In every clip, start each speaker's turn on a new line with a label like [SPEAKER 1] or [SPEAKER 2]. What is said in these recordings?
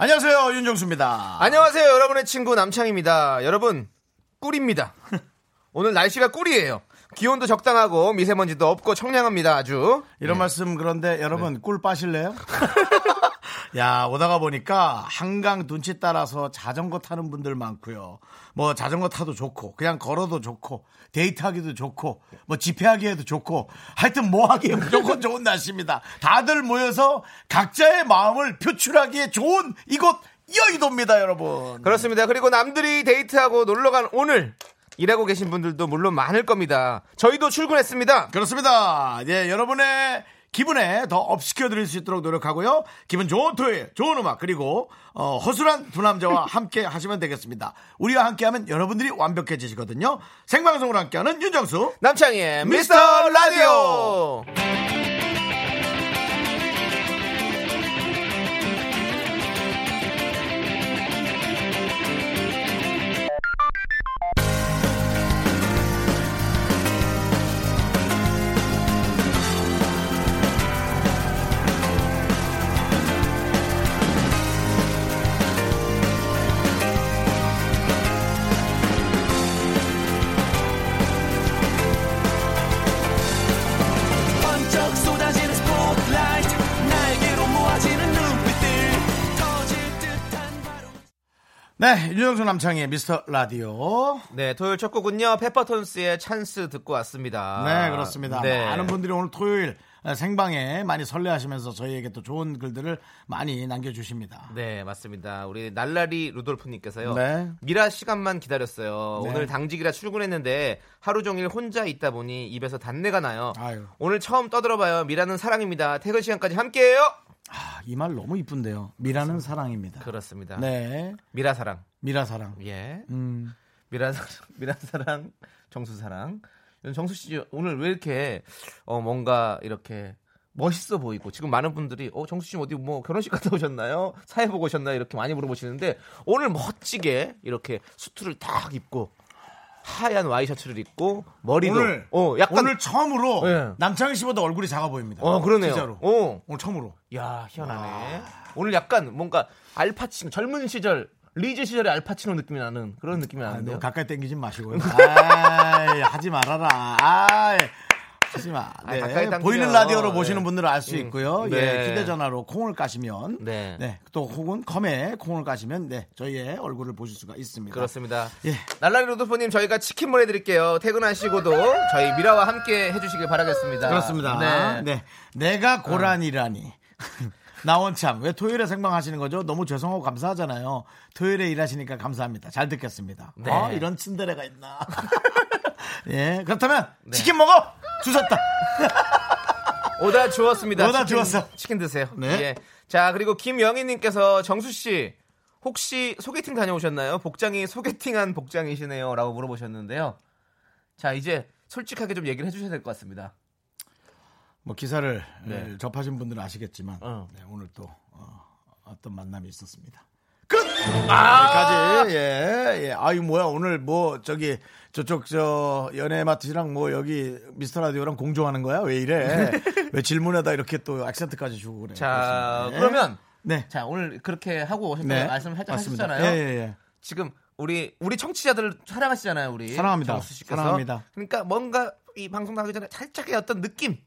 [SPEAKER 1] 안녕하세요 윤정수입니다.
[SPEAKER 2] 안녕하세요, 여러분의 친구 남창입니다. 여러분, 꿀입니다. 오늘 날씨가 꿀이에요. 기온도 적당하고 미세먼지도 없고 청량합니다. 아주. 네.
[SPEAKER 1] 이런 말씀 그런데 여러분 꿀 빠실래요? 야 오다가 보니까 한강 눈치 따라서 자전거 타는 분들 많고요. 뭐 자전거 타도 좋고 그냥 걸어도 좋고 데이트하기도 좋고 뭐 집회하기에도 좋고 하여튼 뭐 하기에 무조건 좋은 날씨입니다. 다들 모여서 각자의 마음을 표출하기에 좋은 이곳 여의도입니다, 여러분.
[SPEAKER 2] 그렇습니다. 그리고 남들이 데이트하고 놀러 간 오늘 일하고 계신 분들도 물론 많을 겁니다. 저희도 출근했습니다.
[SPEAKER 1] 그렇습니다. 예, 여러분의 기분에 더 업시켜드릴 수 있도록 노력하고요. 기분 좋은 토요일, 좋은 음악, 그리고 어, 허술한 두 남자와 함께 하시면 되겠습니다. 우리와 함께하면 여러분들이 완벽해지시거든요. 생방송으로 함께하는 윤정수.
[SPEAKER 2] 남창희의 미스터
[SPEAKER 1] 미스터
[SPEAKER 2] 라디오.
[SPEAKER 3] 번쩍 쏟아지는 스포트라이트 날개로 모아지는 눈빛들 터질 듯한 바로
[SPEAKER 1] 네, 윤정수 남창희의 미스터 라디오.
[SPEAKER 2] 네, 토요일 첫 곡은요. 페퍼톤스의 찬스 듣고 왔습니다.
[SPEAKER 1] 네, 그렇습니다.
[SPEAKER 2] 네.
[SPEAKER 1] 많은 분들이 오늘 토요일 생방에 많이 설레하시면서 저희에게 또 좋은 글들을 많이 남겨주십니다.
[SPEAKER 2] 네, 맞습니다. 우리 날라리 루돌프님께서요.
[SPEAKER 1] 네.
[SPEAKER 2] 미라 시간만 기다렸어요.
[SPEAKER 1] 네.
[SPEAKER 2] 오늘 당직이라 출근했는데 하루 종일 혼자 있다 보니 입에서 단내가 나요.
[SPEAKER 1] 아유.
[SPEAKER 2] 오늘 처음 떠들어봐요. 미라는 사랑입니다. 퇴근 시간까지 함께해요.
[SPEAKER 1] 아, 이 말 너무 이쁜데요. 미라는 사랑입니다.
[SPEAKER 2] 그렇습니다.
[SPEAKER 1] 네,
[SPEAKER 2] 미라 사랑.
[SPEAKER 1] 미라 사랑.
[SPEAKER 2] 예.
[SPEAKER 1] 음.
[SPEAKER 2] 미라 사랑, 미라 사랑, 정수 사랑. 정수 씨 오늘 왜 이렇게 어 뭔가 이렇게 멋있어 보이고 지금 많은 분들이 어 정수 씨 어디 뭐 결혼식 갔다 오셨나요? 사회 보고 오셨나요? 이렇게 많이 물어보시는데 오늘 멋지게 이렇게 수트를 딱 입고 하얀 와이셔츠를 입고 머리도
[SPEAKER 1] 오늘
[SPEAKER 2] 어 약간
[SPEAKER 1] 오늘 처음으로
[SPEAKER 2] 예.
[SPEAKER 1] 남창희 씨보다 얼굴이 작아 보입니다.
[SPEAKER 2] 어 그러네요.
[SPEAKER 1] 진짜로.
[SPEAKER 2] 어.
[SPEAKER 1] 오늘 처음으로.
[SPEAKER 2] 야 희한하네. 오늘 약간 뭔가 알파치노 젊은 시절 리즈 시절의 알파치노 느낌이 나는 그런 느낌이
[SPEAKER 1] 아,
[SPEAKER 2] 나는데요.
[SPEAKER 1] 너무 가까이 땡기지 마시고요. 아이, 하지 말아라. 아이, 하지 마.
[SPEAKER 2] 아,
[SPEAKER 1] 네.
[SPEAKER 2] 가까이 당기면.
[SPEAKER 1] 보이는 라디오로
[SPEAKER 2] 네.
[SPEAKER 1] 보시는 분들은 알 수
[SPEAKER 2] 음.
[SPEAKER 1] 있고요.
[SPEAKER 2] 네.
[SPEAKER 1] 예, 휴대전화로 콩을 까시면,
[SPEAKER 2] 네.
[SPEAKER 1] 네. 또 혹은 컴에 콩을 까시면, 네, 저희의 얼굴을 보실 수가 있습니다.
[SPEAKER 2] 그렇습니다.
[SPEAKER 1] 예.
[SPEAKER 2] 날라리 로드포님 저희가 치킨 보내드릴게요. 퇴근하시고도 저희 미라와 함께 해주시길 바라겠습니다.
[SPEAKER 1] 그렇습니다.
[SPEAKER 2] 네.
[SPEAKER 1] 네. 내가 고란이라니. 나원창 왜 토요일에 생방하시는 거죠? 너무 죄송하고 감사하잖아요. 토요일에 일하시니까 감사합니다. 잘 듣겠습니다.
[SPEAKER 2] 네.
[SPEAKER 1] 어, 이런 츤데레가 있나? 예 그렇다면 치킨 먹어 주셨다.
[SPEAKER 2] 오다 주웠습니다.
[SPEAKER 1] 오다
[SPEAKER 2] 치킨-
[SPEAKER 1] 주웠어.
[SPEAKER 2] 치킨 드세요.
[SPEAKER 1] 네.
[SPEAKER 2] 예. 자 그리고 김영희님께서 정수 씨 혹시 소개팅 다녀오셨나요? 복장이 소개팅한 복장이시네요라고 물어보셨는데요. 자 이제 솔직하게 좀 얘기를 해주셔야 될 것 같습니다.
[SPEAKER 1] 뭐 기사를
[SPEAKER 2] 네.
[SPEAKER 1] 에, 접하신 분들은 아시겠지만
[SPEAKER 2] 어.
[SPEAKER 1] 네, 오늘 또 어, 떤 만남이 있었습니다.
[SPEAKER 2] 아,
[SPEAKER 1] 여기까지 예, 예. 아유 뭐야 오늘 뭐 저기 저쪽 저 연예 마트랑 뭐 여기 미스터 라디오랑 공조하는 거야 왜 이래 왜 질문에다 이렇게 또 액센트까지 주고 그래
[SPEAKER 2] 네. 자
[SPEAKER 1] 그렇습니다. 예.
[SPEAKER 2] 그러면
[SPEAKER 1] 네.
[SPEAKER 2] 자 오늘 그렇게 하고 오셨다고
[SPEAKER 1] 네.
[SPEAKER 2] 말씀 살짝
[SPEAKER 1] 맞습니다.
[SPEAKER 2] 하셨잖아요.
[SPEAKER 1] 예, 예, 예.
[SPEAKER 2] 지금 우리 우리 청취자들을 사랑하시잖아요, 우리
[SPEAKER 1] 사랑합니다.
[SPEAKER 2] 정수 씨께서.
[SPEAKER 1] 사랑합니다.
[SPEAKER 2] 그러니까 뭔가 이 방송 나가기 전에 살짝의 어떤 느낌.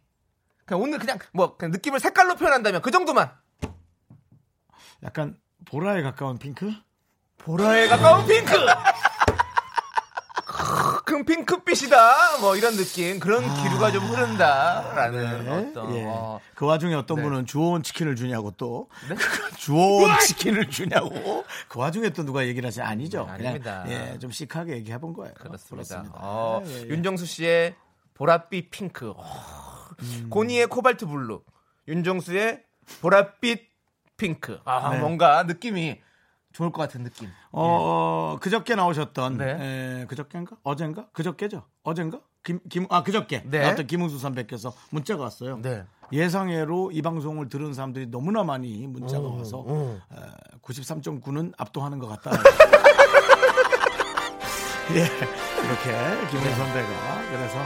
[SPEAKER 2] 그냥 오늘 그냥 뭐 그냥 느낌을 색깔로 표현한다면 그 정도만.
[SPEAKER 1] 약간 보라에 가까운 핑크?
[SPEAKER 2] 보라에 가까운 핑크. 큰 핑크빛이다. 뭐 이런 느낌. 그런 기류가 좀 흐른다라는 어떤
[SPEAKER 1] 아. 예.
[SPEAKER 2] 어,
[SPEAKER 1] 그 와중에 어떤
[SPEAKER 2] 네.
[SPEAKER 1] 분은 주워온 치킨을 주냐고 또
[SPEAKER 2] 네?
[SPEAKER 1] 주워온 치킨을 주냐고 그 와중에 또 누가 얘기를 하지 아니죠
[SPEAKER 2] 네,
[SPEAKER 1] 그냥
[SPEAKER 2] 아닙니다.
[SPEAKER 1] 예, 좀 시크하게 얘기해 본 거예요
[SPEAKER 2] 아, 그렇습니다.
[SPEAKER 1] 그렇습니다.
[SPEAKER 2] 어,
[SPEAKER 1] 예, 예, 예.
[SPEAKER 2] 윤정수 씨의 보랏빛 핑크. 어, 고니의 코발트 블루. 윤정수의 보랏빛 핑크. 아,
[SPEAKER 1] 네.
[SPEAKER 2] 뭔가 느낌이 좋을 것 같은 느낌.
[SPEAKER 1] 어, 그저께 나오셨던
[SPEAKER 2] 예. 네.
[SPEAKER 1] 에, 그저께인가? 어젠가? 그저께죠? 어젠가? 김, 김, 아, 그저께.
[SPEAKER 2] 네.
[SPEAKER 1] 나왔던 김은수 선배께서 문자가 왔어요.
[SPEAKER 2] 네.
[SPEAKER 1] 예상외로 이 방송을 들은 사람들이 너무나 많이 문자가
[SPEAKER 2] 음,
[SPEAKER 1] 와서 93.9는 압도하는 것 같다. 예, 이렇게 김은수
[SPEAKER 2] 네.
[SPEAKER 1] 선배가 그래서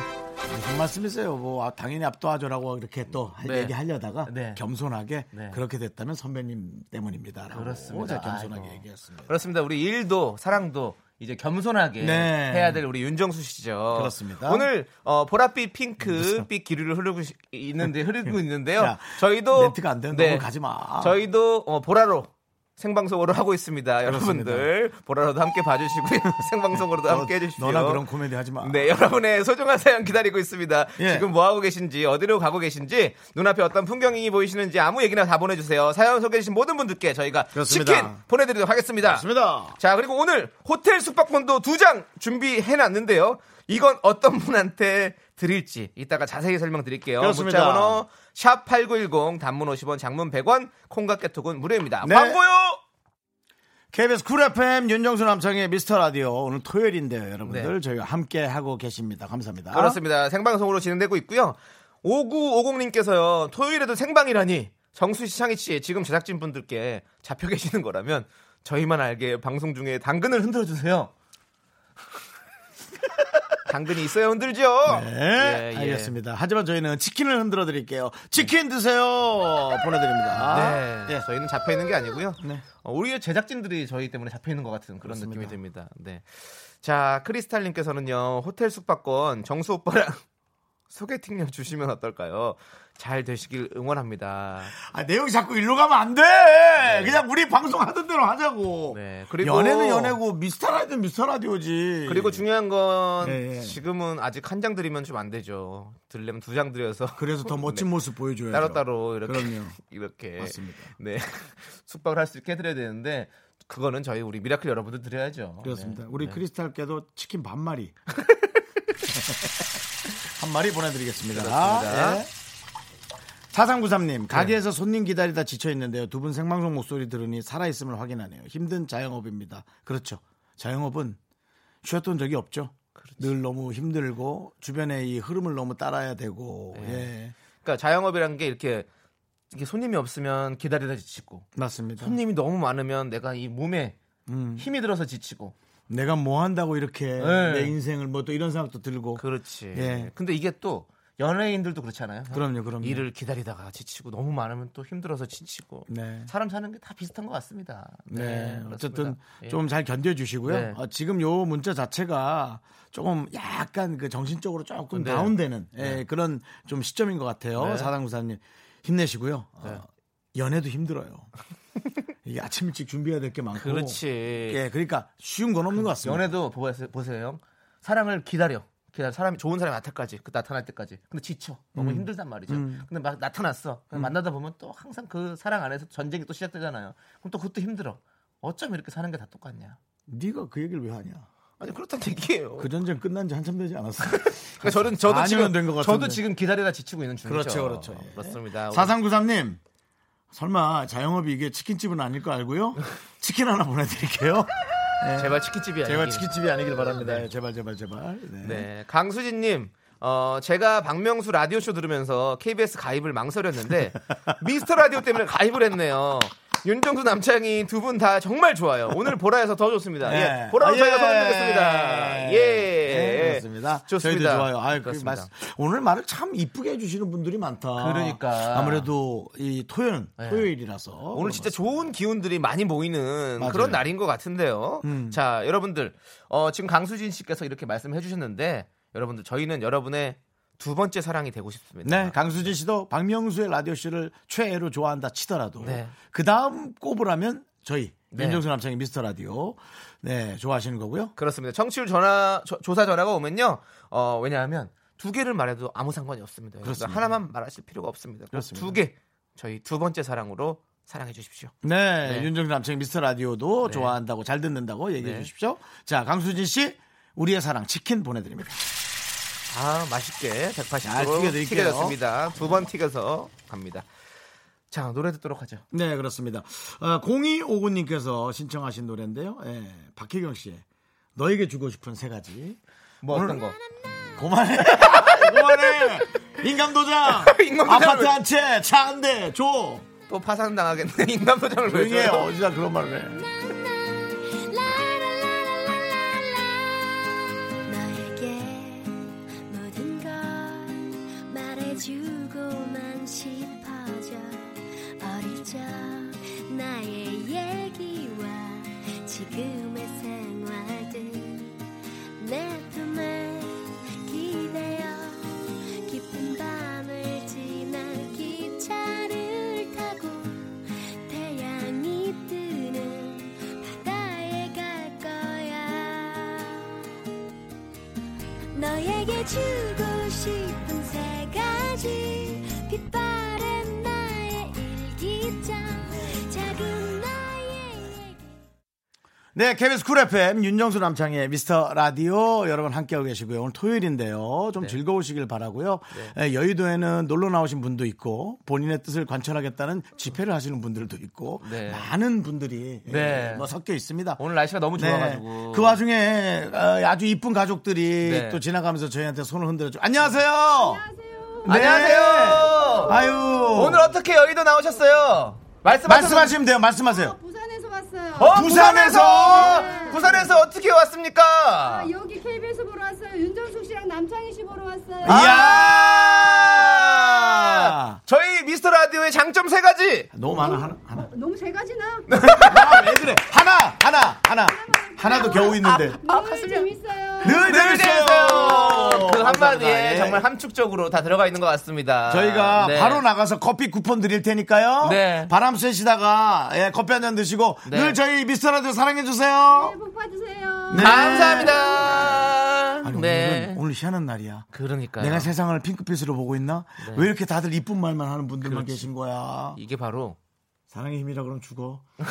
[SPEAKER 1] 무슨 말씀이세요? 뭐 아, 당연히 압도하죠라고 이렇게 또 하-
[SPEAKER 2] 네.
[SPEAKER 1] 얘기하려다가
[SPEAKER 2] 네.
[SPEAKER 1] 겸손하게
[SPEAKER 2] 네.
[SPEAKER 1] 그렇게 됐다면 선배님 때문입니다라고
[SPEAKER 2] 그렇습니다.
[SPEAKER 1] 제가 겸손하게
[SPEAKER 2] 아이고.
[SPEAKER 1] 얘기했습니다.
[SPEAKER 2] 그렇습니다. 우리 일도 사랑도 이제 겸손하게
[SPEAKER 1] 네.
[SPEAKER 2] 해야 될 우리 윤정수 씨죠.
[SPEAKER 1] 그렇습니다.
[SPEAKER 2] 오늘 어, 보랏빛 핑크빛 기류를 흐르고 시- 있는데 흐르고 있는데요.
[SPEAKER 1] 네. 야,
[SPEAKER 2] 저희도 네.
[SPEAKER 1] 멘트가 안 되는데 너무 가지 마.
[SPEAKER 2] 저희도 어, 보라로 생방송으로 하고 있습니다.
[SPEAKER 1] 그렇습니다.
[SPEAKER 2] 여러분들 보라로도 함께 봐주시고요. 생방송으로도
[SPEAKER 1] 너-
[SPEAKER 2] 함께 해주십시오.
[SPEAKER 1] 너나 그런 코미디 하지 마.
[SPEAKER 2] 네, 여러분의 소중한 사연 기다리고 있습니다.
[SPEAKER 1] 예.
[SPEAKER 2] 지금 뭐 하고 계신지, 어디로 가고 계신지, 눈앞에 어떤 풍경이 보이시는지 아무 얘기나 다 보내주세요. 사연 소개해주신 모든 분들께 저희가
[SPEAKER 1] 그렇습니다.
[SPEAKER 2] 치킨 보내드리도록 하겠습니다.
[SPEAKER 1] 맞습니다.
[SPEAKER 2] 자, 그리고 오늘 호텔 숙박권도 두 장 준비해놨는데요. 이건 어떤 분한테 드릴지 이따가 자세히 설명드릴게요.
[SPEAKER 1] 그렇습니다.
[SPEAKER 2] 문자번호 샵8910 단문 50원, 장문 100원, 콩과 깨톡은 무료입니다.
[SPEAKER 1] 네.
[SPEAKER 2] 광고요!
[SPEAKER 1] KBS 쿨 FM 윤정수 남창의 미스터 라디오 오늘 토요일인데요, 여러분들
[SPEAKER 2] 네.
[SPEAKER 1] 저희와 함께 하고 계십니다. 감사합니다.
[SPEAKER 2] 그렇습니다. 생방송으로 진행되고 있고요. 5950님께서요. 토요일에도 생방이라니 정수 씨, 창희 씨 지금 제작진 분들께 잡혀 계시는 거라면 저희만 알게 방송 중에 당근을 흔들어 주세요. 당근이 있어야 흔들죠.
[SPEAKER 1] 네,
[SPEAKER 2] 예, 예.
[SPEAKER 1] 알겠습니다. 하지만 저희는 치킨을 흔들어 드릴게요. 치킨 드세요. 보내드립니다.
[SPEAKER 2] 네,
[SPEAKER 1] 예.
[SPEAKER 2] 저희는 잡혀 있는 게 아니고요.
[SPEAKER 1] 네.
[SPEAKER 2] 어, 오히려 제작진들이 저희 때문에 잡혀 있는 것 같은 그런
[SPEAKER 1] 그렇습니다.
[SPEAKER 2] 느낌이 듭니다. 네. 자, 크리스탈님께서는요, 호텔 숙박권 정수 오빠랑 소개팅료 주시면 어떨까요? 잘 되시길 응원합니다.
[SPEAKER 1] 아, 내용이 자꾸 일로 가면 안 돼. 그냥 우리 방송 하던 대로 하자고.
[SPEAKER 2] 네, 그리고-
[SPEAKER 1] 연애는 연애고 미스터 라디오는 미스터 라디오지.
[SPEAKER 2] 그리고 중요한 건
[SPEAKER 1] 예, 예.
[SPEAKER 2] 지금은 아직 한 장 드리면 좀 안 되죠. 들려면 두 장 드려서 네.
[SPEAKER 1] 그래서 더 멋진 모습 보여줘야죠.
[SPEAKER 2] 따로 따로 이렇게
[SPEAKER 1] 그럼요.
[SPEAKER 2] 이렇게
[SPEAKER 1] 맞습니다.
[SPEAKER 2] 네 숙박을 할 수 있게 해드려야 되는데 그거는 저희 우리 미라클 여러분들 드려야죠.
[SPEAKER 1] 그렇습니다.
[SPEAKER 2] 네.
[SPEAKER 1] 우리 크리스탈께도 치킨 반 마리. 한 마리 보내드리겠습니다.
[SPEAKER 2] 그렇습니다.
[SPEAKER 1] 네.
[SPEAKER 2] 네.
[SPEAKER 1] 4393님, 가게에서 손님 기다리다 지쳐있는데요. 두 분 생방송 목소리 들으니 살아있음을 확인하네요. 힘든 자영업입니다. 그렇죠. 자영업은 쉬었던 적이 없죠. 늘 너무 힘들고, 주변의 이 흐름을 너무 따라야 되고, 예.
[SPEAKER 2] 그러니까 자영업이란 게 이렇게 이게 손님이 없으면 기다리다 지치고
[SPEAKER 1] 맞습니다.
[SPEAKER 2] 손님이 너무 많으면 내가 이 몸에
[SPEAKER 1] 음.
[SPEAKER 2] 힘이 들어서 지치고
[SPEAKER 1] 내가 뭐 한다고 이렇게
[SPEAKER 2] 네.
[SPEAKER 1] 내 인생을 뭐 또 이런 생각도 들고.
[SPEAKER 2] 그렇지.
[SPEAKER 1] 예.
[SPEAKER 2] 근데 이게 또 연예인들도 그렇잖아요.
[SPEAKER 1] 그럼요, 그럼요.
[SPEAKER 2] 일을 기다리다가 지치고 너무 많으면 또 힘들어서 지치고
[SPEAKER 1] 네.
[SPEAKER 2] 사람 사는 게 다 비슷한 것 같습니다.
[SPEAKER 1] 네,
[SPEAKER 2] 그렇습니다.
[SPEAKER 1] 어쨌든
[SPEAKER 2] 예.
[SPEAKER 1] 좀 잘 견뎌주시고요.
[SPEAKER 2] 네.
[SPEAKER 1] 어, 지금 요 문자 자체가 조금 약간 그 정신적으로 조금
[SPEAKER 2] 네.
[SPEAKER 1] 다운되는 예, 그런 좀 시점인 것 같아요.
[SPEAKER 2] 네.
[SPEAKER 1] 사당구사님 힘내시고요. 어,
[SPEAKER 2] 네.
[SPEAKER 1] 연애도 힘들어요. 이게 아침 일찍 준비해야 될 게 많고.
[SPEAKER 2] 그렇지.
[SPEAKER 1] 예, 그러니까 쉬운 건 없는 것 같습니다.
[SPEAKER 2] 연애도 보세요, 보세요. 형. 사랑을 기다려. 기다려. 사람이 좋은 사람이 나타까지 그 나타날 때까지. 근데 지쳐. 너무 힘들단 말이죠. 근데 막 나타났어. 그럼 만나다 보면 또 항상 그 사랑 안에서 전쟁이 또 시작되잖아요. 그럼 또 그것도 힘들어. 어쩜 이렇게 사는 게 다 똑같냐?
[SPEAKER 1] 네가 그 얘기를 왜 하냐?
[SPEAKER 2] 아니 그렇다는 얘기예요.
[SPEAKER 1] 그 전쟁 끝난 지 한참 되지 않았어.
[SPEAKER 2] 그러니까 저는 저도
[SPEAKER 1] 4년은
[SPEAKER 2] 지금
[SPEAKER 1] 된것
[SPEAKER 2] 저도
[SPEAKER 1] 같은데.
[SPEAKER 2] 지금 기다리다 지치고 있는 중이죠. 네.
[SPEAKER 1] 그렇죠, 그렇죠. 예.
[SPEAKER 2] 그렇습니다.
[SPEAKER 1] 사상구삼님 설마 자영업이 이게 치킨집은 아닐 거 알고요. 치킨 하나 보내드릴게요.
[SPEAKER 2] 제발 치킨집이야.
[SPEAKER 1] 제발
[SPEAKER 2] 이게.
[SPEAKER 1] 치킨집이 아니길 바랍니다. 예, 제발 제발 제발. 네.
[SPEAKER 2] 네, 강수진님. 어, 제가 박명수 라디오쇼 들으면서 KBS 가입을 망설였는데, 미스터 라디오 때문에 가입을 했네요. 윤정수 남창희 두 분 다 정말 좋아요. 오늘 보라에서 더 좋습니다.
[SPEAKER 1] 네.
[SPEAKER 2] 예. 보라로
[SPEAKER 1] 아,
[SPEAKER 2] 저희가
[SPEAKER 1] 예.
[SPEAKER 2] 소개드리겠습니다 예.
[SPEAKER 1] 네, 그렇습니다.
[SPEAKER 2] 좋습니다.
[SPEAKER 1] 저희도 좋아요. 아유, 그
[SPEAKER 2] 그렇습니다.
[SPEAKER 1] 말씀- 오늘 말을 참 이쁘게 해주시는 분들이 많다.
[SPEAKER 2] 그러니까.
[SPEAKER 1] 아무래도 이 토요일,
[SPEAKER 2] 네.
[SPEAKER 1] 토요일이라서.
[SPEAKER 2] 오늘 진짜 좋은 기운들이 많이 모이는
[SPEAKER 1] 맞아요. 음.
[SPEAKER 2] 그런 날인 것 같은데요. 자, 여러분들, 어, 지금 강수진 씨께서 이렇게 말씀해 주셨는데, 여러분들, 저희는 여러분의 두 번째 사랑이 되고 싶습니다.
[SPEAKER 1] 네, 강수진 씨도 박명수의 라디오쇼를 최애로 좋아한다 치더라도.
[SPEAKER 2] 네.
[SPEAKER 1] 그 다음 꼽으라면 저희.
[SPEAKER 2] 네.
[SPEAKER 1] 윤정수 남창의 미스터 라디오. 네, 좋아하시는 거고요.
[SPEAKER 2] 그렇습니다. 청취율 전화 조- 조사 전화가 오면요. 어, 왜냐하면 두 개를 말해도 아무 상관이 없습니다. 그래서
[SPEAKER 1] 그렇습니다.
[SPEAKER 2] 하나만 말하실 필요가 없습니다.
[SPEAKER 1] 그렇습니다.
[SPEAKER 2] 두 개. 저희 두 번째 사랑으로 사랑해 주십시오.
[SPEAKER 1] 네,
[SPEAKER 2] 네.
[SPEAKER 1] 윤정수 남창의 미스터 라디오도
[SPEAKER 2] 네.
[SPEAKER 1] 좋아한다고 잘 듣는다고 얘기해
[SPEAKER 2] 네.
[SPEAKER 1] 주십시오. 자, 강수진 씨, 우리의 사랑 치킨 보내드립니다.
[SPEAKER 2] 아, 맛있게
[SPEAKER 1] 잘
[SPEAKER 2] 180도
[SPEAKER 1] 튀겨드릴게요.
[SPEAKER 2] 튀겨졌습니다. 두 번 튀겨서 갑니다. 자, 노래 듣도록 하죠.
[SPEAKER 1] 네, 그렇습니다. 아, 0259님께서 신청하신 노래인데요. 예, 박혜경 씨의 너에게 주고 싶은 세 가지.
[SPEAKER 2] 뭐 어떤 거?
[SPEAKER 1] 고만해. 고만해. 인감도장.
[SPEAKER 2] 인감도장을
[SPEAKER 1] 아파트
[SPEAKER 2] 왜-
[SPEAKER 1] 한 채, 차 한 대, 줘.
[SPEAKER 2] 또 파산 당하겠네. 인간 도장을 왜
[SPEAKER 1] 조용히 해.
[SPEAKER 2] 줘요?
[SPEAKER 1] 어디다 그런 말을 해.
[SPEAKER 4] 너에게 모든 걸 말해주고만 싶어져 어릴 적 나의 얘기와 지금의 생활들 내 품에 기대어 깊은 밤을 지나 기차를 타고 태양이 뜨는 바다에 갈 거야 너에게 주고 싶은 세 가지 빛바랜 나의 일기장 작은 나의 얘기
[SPEAKER 1] 네, KBS 쿨 FM 윤정수 남창의 미스터 라디오 여러분 함께하고 계시고요. 오늘 토요일인데요.
[SPEAKER 2] 네.
[SPEAKER 1] 좀 즐거우시길 바라고요. 예, 여의도에는 놀러 나오신 분도 있고 본인의 뜻을 관철하겠다는 집회를 하시는 분들도 있고
[SPEAKER 2] 네.
[SPEAKER 1] 많은 분들이 예,
[SPEAKER 2] 네.
[SPEAKER 1] 뭐 섞여 있습니다.
[SPEAKER 2] 오늘 날씨가 너무
[SPEAKER 1] 네.
[SPEAKER 2] 좋아가지고.
[SPEAKER 1] 그 와중에 어, 아주 이쁜 가족들이
[SPEAKER 2] 네.
[SPEAKER 1] 또 지나가면서 저희한테 손을 흔들어줘. 안녕하세요. 안녕하세요.
[SPEAKER 2] 안녕하세요.
[SPEAKER 1] 아유.
[SPEAKER 2] 네. 오늘 어떻게 여의도 나오셨어요? 말씀하세요.
[SPEAKER 1] 말씀하시면 돼요. 말씀하세요.
[SPEAKER 5] 부산에서 왔어요.
[SPEAKER 2] 어, 부산에서
[SPEAKER 1] 부산에서!
[SPEAKER 5] 네.
[SPEAKER 2] 부산에서 어떻게 왔습니까?
[SPEAKER 5] 아, 여기 KBS 보러 왔어요. 윤정숙 씨랑 남창희 씨 보러 왔어요.
[SPEAKER 1] 아.
[SPEAKER 2] 이야! 저희 미스터 라디오의 장점 세 가지.
[SPEAKER 1] 너무 많아 하나 하나.
[SPEAKER 5] 너무 제가 지나?
[SPEAKER 1] 아, 왜 그래? 하나 하나 하나 하나도 겨우 있는데
[SPEAKER 5] 너무 재밌어요.
[SPEAKER 1] 늘 재밌어요.
[SPEAKER 2] 네, 그
[SPEAKER 1] 감사합니다.
[SPEAKER 2] 한마디에
[SPEAKER 1] 네, 예.
[SPEAKER 2] 정말 함축적으로 다 들어가 있는 것 같습니다.
[SPEAKER 1] 저희가
[SPEAKER 2] 네.
[SPEAKER 1] 바로 나가서 커피 쿠폰 드릴 테니까요.
[SPEAKER 2] 네.
[SPEAKER 1] 바람 쐬시다가 예, 커피 한 잔 드시고
[SPEAKER 2] 네.
[SPEAKER 1] 늘 저희 미스터라디오 사랑해 주세요.
[SPEAKER 5] 새해 복 받으세요.
[SPEAKER 1] 네.
[SPEAKER 2] 감사합니다.
[SPEAKER 1] 아니,
[SPEAKER 2] 네.
[SPEAKER 1] 오늘은, 오늘 희한한 날이야.
[SPEAKER 2] 그러니까요.
[SPEAKER 1] 내가 세상을 핑크빛으로 보고 있나? 왜 이렇게 다들 이쁜 말만 하는 분들만 계신 거야?
[SPEAKER 2] 네. 이게 바로
[SPEAKER 1] 사랑의 힘이라 그러면 죽어.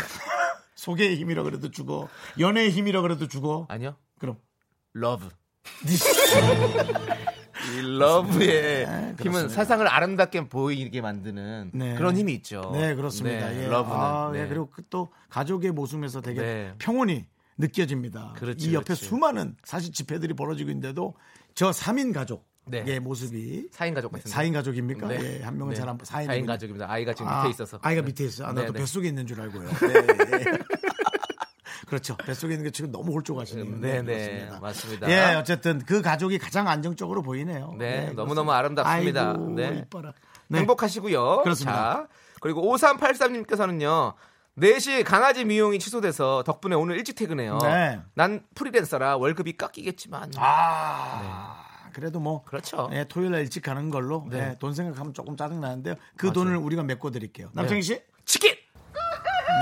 [SPEAKER 1] 소개의 힘이라 그래도 죽어. 연애의 힘이라 그래도 죽어.
[SPEAKER 2] 아니요.
[SPEAKER 1] 그럼.
[SPEAKER 2] 러브. 이 러브의 힘은 세상을 아름답게 보이게 만드는
[SPEAKER 1] 아, 네.
[SPEAKER 2] 그런 힘이 있죠.
[SPEAKER 1] 네, 그렇습니다.
[SPEAKER 2] 네,
[SPEAKER 1] 예.
[SPEAKER 2] 러브는.
[SPEAKER 1] 아,
[SPEAKER 2] 네.
[SPEAKER 1] 예, 그리고 그또 가족의 모습에서 되게
[SPEAKER 2] 네. 그렇죠.
[SPEAKER 1] 평온이 느껴집니다.
[SPEAKER 2] 그렇지,
[SPEAKER 1] 이 옆에
[SPEAKER 2] 그렇지.
[SPEAKER 1] 수많은 사실 집회들이 벌어지고 있는데도 저삼인 가족의
[SPEAKER 2] 네.
[SPEAKER 1] 모습이
[SPEAKER 2] 4인 가족 같은
[SPEAKER 1] 4인 가족입니까?
[SPEAKER 2] 네.
[SPEAKER 1] 예, 한 명은
[SPEAKER 2] 네.
[SPEAKER 1] 잘안 보. 4인,
[SPEAKER 2] 4인 가족입니다. 아이가 지금 밑에 있어서.
[SPEAKER 1] 아이가
[SPEAKER 2] 네.
[SPEAKER 1] 밑에 있어. 아,
[SPEAKER 2] 네,
[SPEAKER 1] 나도
[SPEAKER 2] 네.
[SPEAKER 1] 뱃속에 있는 줄 알고요. 네, 예. 그렇죠. 뱃속에 있는 게 지금 너무 홀쭉하시네요.
[SPEAKER 2] 네, 네. 맞습니다.
[SPEAKER 1] 예, 어쨌든 그 가족이 가장 안정적으로 보이네요.
[SPEAKER 2] 네, 너무너무 아름답습니다.
[SPEAKER 1] 아이고,
[SPEAKER 2] 네.
[SPEAKER 1] 이뻐라. 네.
[SPEAKER 2] 행복하시고요.
[SPEAKER 1] 그렇습니다.
[SPEAKER 2] 자, 그리고 5383님께서는요. 4시 강아지 미용이 취소돼서 덕분에 오늘 일찍 퇴근해요.
[SPEAKER 1] 네.
[SPEAKER 2] 난 프리랜서라 월급이 깎이겠지만.
[SPEAKER 1] 아, 그래도 뭐
[SPEAKER 2] 그렇죠.
[SPEAKER 1] 예, 토요일 날 일찍 가는 걸로
[SPEAKER 2] 네.
[SPEAKER 1] 예, 돈 생각하면 조금 짜증 나는데요. 그 돈을 우리가 메꿔 드릴게요. 남창희 씨,
[SPEAKER 2] 치킨